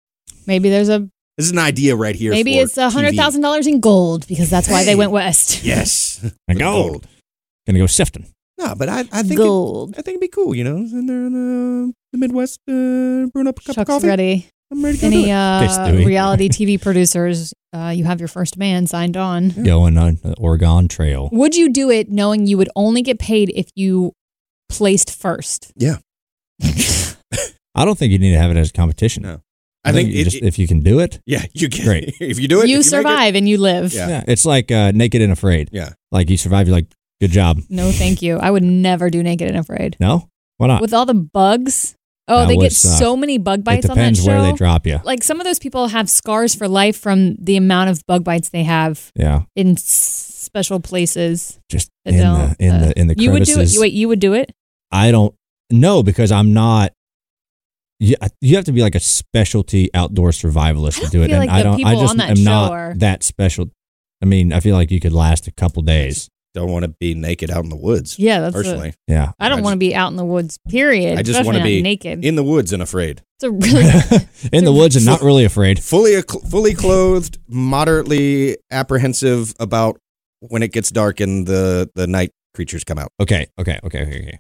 Speaker 4: Maybe there's a
Speaker 3: This is an idea right here.
Speaker 4: Maybe
Speaker 3: for
Speaker 4: it's a hundred
Speaker 3: TV.
Speaker 4: thousand dollars in gold because that's why they
Speaker 3: Hey.
Speaker 4: went west.
Speaker 3: Yes,
Speaker 2: And gold. oh, Gonna go sifting.
Speaker 3: No, but I, I think it,
Speaker 4: gold.
Speaker 3: I think it'd be cool. You know, in there in the, the Midwest, uh, brewing up a cup of
Speaker 4: Chuck's
Speaker 3: coffee.
Speaker 4: ready.
Speaker 3: I'm ready to go do
Speaker 4: Any
Speaker 3: it.
Speaker 2: Tastes
Speaker 4: uh,
Speaker 2: dewy.
Speaker 4: reality TV producers, uh, you have your first man signed on.
Speaker 2: Going on uh, the Oregon Trail.
Speaker 4: Would you do it knowing you would only get paid if you placed first?
Speaker 3: Yeah.
Speaker 2: I don't think you need to have it as a competition.
Speaker 3: No. I think
Speaker 2: you
Speaker 3: it,
Speaker 2: just,
Speaker 3: it-
Speaker 2: if you can do it,
Speaker 3: yeah, you can.
Speaker 2: Great.
Speaker 3: if you do it, if
Speaker 4: uh, you
Speaker 3: make it-
Speaker 4: survive and you live.
Speaker 3: Yeah.
Speaker 2: it's like uh, naked and afraid.
Speaker 3: Yeah.
Speaker 2: like you survive. You're like, good job.
Speaker 4: No, thank you. I would never do naked and afraid.
Speaker 2: No, why not?
Speaker 4: With all the bugs. Oh,
Speaker 2: That
Speaker 4: they
Speaker 2: would
Speaker 4: get
Speaker 2: suck.
Speaker 4: so many bug
Speaker 2: it
Speaker 4: bites on that
Speaker 2: depends
Speaker 4: show.
Speaker 2: where they drop you.
Speaker 4: like some of those people have scars for life from the amount of bug bites they have
Speaker 2: Yeah,
Speaker 4: in s- special places.
Speaker 2: just
Speaker 4: that
Speaker 2: in the
Speaker 4: don't,
Speaker 2: in
Speaker 4: uh,
Speaker 2: the in the
Speaker 4: you would do it.
Speaker 2: crevices.
Speaker 4: You, wait, you would do it?
Speaker 2: I don't know because I'm not. You, you have to be like a specialty outdoor survivalist
Speaker 4: I
Speaker 2: to do
Speaker 4: don't
Speaker 2: it, and
Speaker 4: feel like
Speaker 2: I
Speaker 4: the
Speaker 2: don't. I
Speaker 4: people
Speaker 2: just
Speaker 4: on that
Speaker 2: am
Speaker 4: show
Speaker 2: not
Speaker 4: are-
Speaker 2: that special. I mean, I feel like you could last a couple days.
Speaker 3: Don't want to be naked out in the woods.
Speaker 4: Yeah, that's
Speaker 3: personally,
Speaker 2: Yeah,
Speaker 4: I don't
Speaker 3: I
Speaker 4: want to be out in the woods. Period.
Speaker 3: I just
Speaker 4: Especially
Speaker 3: wanna
Speaker 4: not
Speaker 3: be
Speaker 4: naked.
Speaker 3: in the woods and afraid,
Speaker 4: it's a really
Speaker 2: in the woods and not really afraid.
Speaker 3: fully acc- fully clothed, moderately apprehensive about when it gets dark and the the night creatures come out.
Speaker 2: Okay, okay, okay, okay, okay.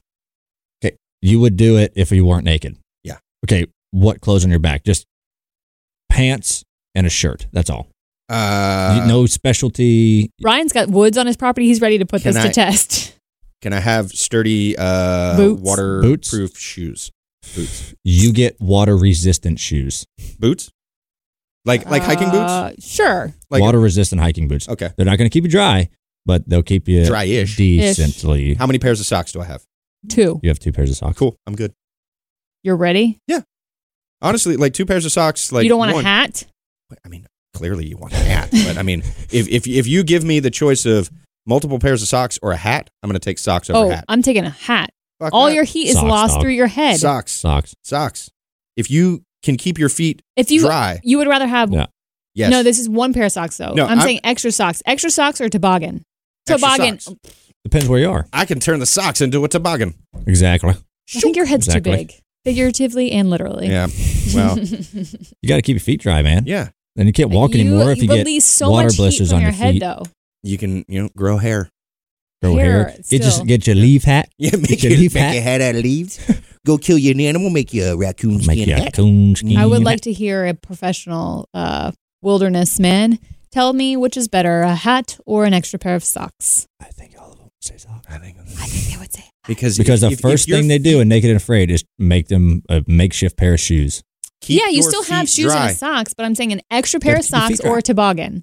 Speaker 2: Okay, you would do it if you weren't naked.
Speaker 3: Yeah.
Speaker 2: Okay, what clothes on your back? Just pants and a shirt. That's all.
Speaker 3: Uh,
Speaker 2: You no specialty.
Speaker 4: Ryan's got woods on his property. He's ready to put
Speaker 3: Can
Speaker 4: this
Speaker 3: I-
Speaker 4: to test.
Speaker 3: Can I have sturdy uh,
Speaker 4: Boots.
Speaker 3: waterproof
Speaker 2: Boots?
Speaker 3: shoes? Boots.
Speaker 2: You get water resistant shoes,
Speaker 3: Boots? Like like hiking boots?
Speaker 4: Uh, Sure.
Speaker 3: Like
Speaker 2: water resistant hiking boots.
Speaker 3: Okay.
Speaker 2: They're not going to keep you dry, but they'll keep you
Speaker 3: Dryish.
Speaker 2: decently.
Speaker 3: How many pairs of socks do I have?
Speaker 4: Two.
Speaker 2: You have two pairs of socks.
Speaker 3: Cool. I'm good.
Speaker 4: You're ready.
Speaker 3: Honestly, like two pairs of socks. Like
Speaker 4: you don't want
Speaker 3: one-
Speaker 4: a hat.
Speaker 3: I mean, clearly you want a hat, but I mean, if if if you give me the choice of multiple pairs of socks or a hat, I'm gonna take socks over
Speaker 4: Oh,
Speaker 3: hat.
Speaker 4: I'm taking a hat.
Speaker 3: Fuck
Speaker 4: All
Speaker 3: that.
Speaker 4: your heat is
Speaker 2: Socks,
Speaker 4: lost
Speaker 2: dog.
Speaker 4: through your head.
Speaker 3: socks,
Speaker 2: Socks.
Speaker 3: socks. If you can keep your feet
Speaker 4: If you
Speaker 3: dry,
Speaker 4: you would rather have
Speaker 2: Yeah.
Speaker 3: yes.
Speaker 4: No, this is one pair of socks though.
Speaker 3: No,
Speaker 4: I'm,
Speaker 3: I'm-
Speaker 4: saying extra socks. Extra socks or toboggan?
Speaker 3: Extra
Speaker 4: Toboggan.
Speaker 3: socks.
Speaker 2: Depends where you are.
Speaker 3: I can turn the socks into a toboggan.
Speaker 2: Exactly.
Speaker 4: I think your head's
Speaker 2: Exactly.
Speaker 4: too big. Figuratively and literally.
Speaker 3: Yeah. Well,
Speaker 2: You got to keep your feet dry, man.
Speaker 3: yeah.
Speaker 2: And you can't
Speaker 4: Like,
Speaker 2: walk
Speaker 4: you-
Speaker 2: anymore if you, get
Speaker 4: release so
Speaker 2: water
Speaker 4: much
Speaker 2: blisters
Speaker 4: heat from
Speaker 2: on
Speaker 4: your,
Speaker 2: your
Speaker 4: head
Speaker 2: feet.
Speaker 4: though.
Speaker 3: You can you know grow hair.
Speaker 2: grow hair.
Speaker 4: hair
Speaker 2: Get just
Speaker 4: still.
Speaker 2: get your leaf hat.
Speaker 3: Yeah,
Speaker 2: your leaf hat.
Speaker 3: head out of leaves. Go kill you an animal, make you a raccoon
Speaker 2: Make you a
Speaker 3: hat.
Speaker 2: coon skin.
Speaker 4: I would like to hear a professional uh, wilderness man tell me which is better, a hat or an extra pair of socks.
Speaker 2: I think all of them say socks.
Speaker 3: I think
Speaker 4: I think they would say
Speaker 3: because
Speaker 2: Because
Speaker 3: if-
Speaker 2: the
Speaker 3: if- if
Speaker 2: first
Speaker 3: your
Speaker 2: thing they do in Naked and Afraid is make them a makeshift pair of shoes.
Speaker 3: keep
Speaker 4: Yeah, you
Speaker 3: your
Speaker 4: still have
Speaker 3: feet
Speaker 4: shoes
Speaker 3: dry,
Speaker 4: and a socks, but I'm saying an extra pair
Speaker 2: Yeah,
Speaker 4: of
Speaker 2: keep your feet
Speaker 4: socks
Speaker 2: dry.
Speaker 4: or a toboggan.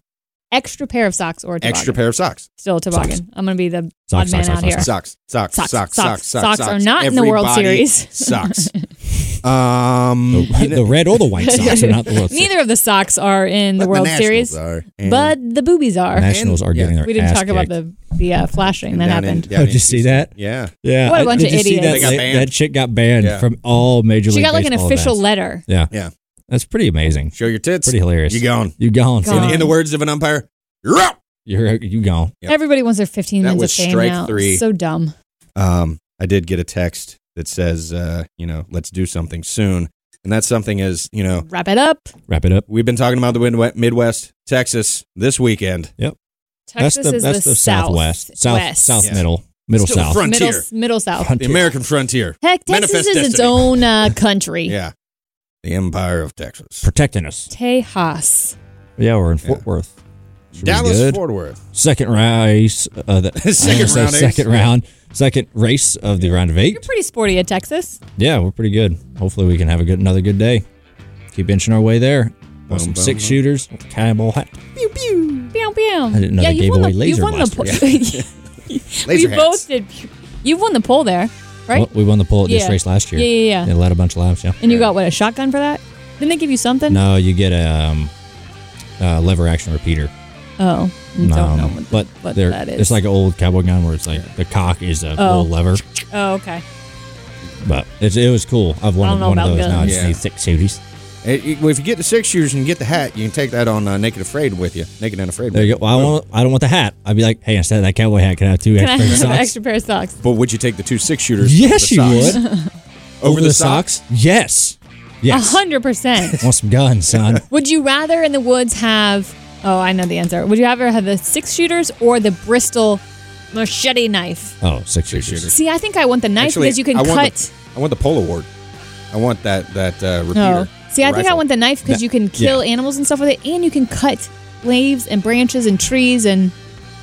Speaker 4: Extra pair of socks or a toboggan.
Speaker 3: extra pair of socks.
Speaker 4: Still a toboggan. I'm gonna be the
Speaker 2: Socks,
Speaker 4: odd man
Speaker 2: socks, socks,
Speaker 4: out here.
Speaker 2: socks,
Speaker 3: Socks, socks, socks, socks, socks,
Speaker 4: socks, are not in the World
Speaker 3: Everybody
Speaker 4: Series.
Speaker 3: Socks. Um,
Speaker 2: The,
Speaker 3: you know-
Speaker 2: the red or the white socks are not the World Series.
Speaker 4: Neither of the socks are in
Speaker 3: but
Speaker 4: the World
Speaker 3: Nationals
Speaker 4: Series,
Speaker 3: are, and-
Speaker 4: but the boobies are.
Speaker 2: Nationals are
Speaker 3: And-
Speaker 2: getting their
Speaker 4: We didn't
Speaker 2: ass
Speaker 4: talk about
Speaker 2: kicked.
Speaker 4: the the uh, flashing
Speaker 3: and
Speaker 4: that
Speaker 3: down in-
Speaker 4: happened.
Speaker 3: down
Speaker 2: Oh,
Speaker 3: in
Speaker 2: did you see
Speaker 3: Houston.
Speaker 2: that?
Speaker 3: Yeah,
Speaker 2: Yeah,
Speaker 4: What a
Speaker 2: I-
Speaker 4: bunch
Speaker 2: did
Speaker 4: of
Speaker 2: you see
Speaker 4: idiots.
Speaker 2: That,
Speaker 3: They got
Speaker 2: la-
Speaker 3: banned.
Speaker 2: that chick got banned
Speaker 3: Yeah.
Speaker 2: from all major.
Speaker 4: She
Speaker 2: League
Speaker 4: got like an
Speaker 2: Baseball
Speaker 4: official
Speaker 2: events.
Speaker 4: letter.
Speaker 2: Yeah,
Speaker 3: Yeah.
Speaker 2: that's pretty amazing.
Speaker 3: show your tits.
Speaker 2: Pretty hilarious.
Speaker 3: You gone.
Speaker 2: You gone.
Speaker 4: Gone.
Speaker 2: Sonny.
Speaker 3: In the words of an umpire, you're out.
Speaker 2: You're you gone.
Speaker 3: Yep.
Speaker 4: Everybody wants their 15
Speaker 3: That
Speaker 4: minutes
Speaker 3: was
Speaker 4: of fame
Speaker 3: strike
Speaker 4: now.
Speaker 3: three.
Speaker 4: So dumb.
Speaker 3: Um, I did get a text that says, uh, you know, let's do something soon, and that something is, you
Speaker 2: Oh.
Speaker 3: know,
Speaker 4: Wrap it up.
Speaker 2: Wrap it up.
Speaker 3: we've been talking about the Midwe- Midwest, Texas this weekend.
Speaker 4: Texas
Speaker 2: that's the
Speaker 4: is
Speaker 2: that's
Speaker 4: the,
Speaker 2: the southwest, south
Speaker 4: west.
Speaker 2: south
Speaker 3: Yeah.
Speaker 2: middle middle
Speaker 3: Still
Speaker 2: south.
Speaker 3: front-
Speaker 4: middle,
Speaker 3: frontier.
Speaker 4: middle south.
Speaker 3: The American frontier.
Speaker 4: Heck, Texas
Speaker 3: Manifest
Speaker 4: is its
Speaker 3: destiny.
Speaker 4: own uh, country.
Speaker 3: Yeah, the Empire of Texas.
Speaker 2: protecting us.
Speaker 4: Tejas.
Speaker 2: Yeah, we're in Fort
Speaker 3: Yeah.
Speaker 2: Worth. Should be
Speaker 3: Dallas
Speaker 2: good.
Speaker 3: Fort Worth.
Speaker 2: second race. Uh, the, I
Speaker 3: Second
Speaker 2: was gonna
Speaker 3: round
Speaker 2: say
Speaker 3: ace.
Speaker 2: Second round. Second race of the round of
Speaker 4: You're
Speaker 2: eight.
Speaker 4: pretty sporty at Texas.
Speaker 2: Yeah, we're pretty good. Hopefully, we can have a good another good day. Keep inching our way there.
Speaker 3: Boom,
Speaker 2: Want some
Speaker 3: boom,
Speaker 2: six
Speaker 3: boom.
Speaker 2: shooters, cowboy hat.
Speaker 4: Pew, pew. I
Speaker 2: didn't know they gave away laser
Speaker 4: You've won the
Speaker 2: last
Speaker 4: poll. we
Speaker 3: Laser hats.
Speaker 4: both did. You've won the poll there, right?
Speaker 2: Well, we won the poll at this
Speaker 4: Yeah.
Speaker 2: race last year.
Speaker 4: Yeah, yeah, yeah.
Speaker 2: They led a bunch of laps. Yeah.
Speaker 4: And you got what a shotgun for that? Didn't they give you something?
Speaker 2: No, you get a um, uh, lever action repeater.
Speaker 4: Oh, I
Speaker 2: No,
Speaker 4: don't know what,
Speaker 2: but
Speaker 4: what
Speaker 2: they're-
Speaker 4: that is.
Speaker 2: it's like an old cowboy gun where it's like the cock is a
Speaker 4: Oh.
Speaker 2: little lever.
Speaker 4: oh, okay.
Speaker 2: But it's, it was cool. I've
Speaker 4: I
Speaker 2: won
Speaker 4: don't know
Speaker 2: one of
Speaker 4: about
Speaker 2: those now. I
Speaker 3: guns.
Speaker 2: just
Speaker 3: Yeah.
Speaker 2: need six shooters.
Speaker 3: It- it- well, if you get the six shooters and you get the hat, you can take that on uh, Naked Afraid with you. Naked and Afraid.
Speaker 2: There
Speaker 3: with
Speaker 2: you go. Well, I, want, I don't want the hat. I'd be like, hey, instead of that cowboy hat, can I have two
Speaker 4: Can I
Speaker 2: extra
Speaker 4: have an
Speaker 2: socks?
Speaker 4: extra pair of socks?
Speaker 3: But would you take the two six shooters?
Speaker 2: Yes,
Speaker 3: the
Speaker 2: you
Speaker 3: socks?
Speaker 2: would.
Speaker 3: Over the socks?
Speaker 2: Yes.
Speaker 4: A
Speaker 2: Yes.
Speaker 4: hundred percent.
Speaker 2: Want some guns, son.
Speaker 4: Would you rather in the woods have? Oh, I know the answer. Would you rather have the six shooters or the Bristol machete knife?
Speaker 2: Oh, six
Speaker 3: Six
Speaker 2: shooters.
Speaker 3: shooters.
Speaker 4: See, I think I want the knife
Speaker 3: Actually,
Speaker 4: because you can
Speaker 3: I Want
Speaker 4: cut.
Speaker 3: the, I want the pole award. I want that that uh, repeater.
Speaker 4: No. Oh. See, I think I
Speaker 3: rifle.
Speaker 4: want the knife because
Speaker 2: That-
Speaker 4: you can kill animals and stuff with it, and you can cut leaves and branches and trees, and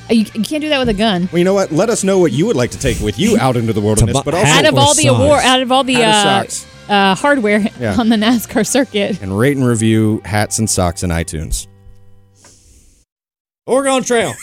Speaker 4: uh, you, you can't do that with a gun.
Speaker 3: Well, you know what? Let us know what you would like to take with you out into the wilderness,
Speaker 2: Toba-
Speaker 3: but also
Speaker 2: Hat
Speaker 4: Out of
Speaker 2: or
Speaker 4: all the
Speaker 2: socks.
Speaker 4: award, out of all
Speaker 3: Out
Speaker 4: the
Speaker 3: of
Speaker 4: uh,
Speaker 3: socks.
Speaker 4: uh, hardware
Speaker 3: Yeah.
Speaker 4: on the NASCAR circuit,
Speaker 3: and rate and review hats and socks and iTunes.
Speaker 2: Oregon Trail.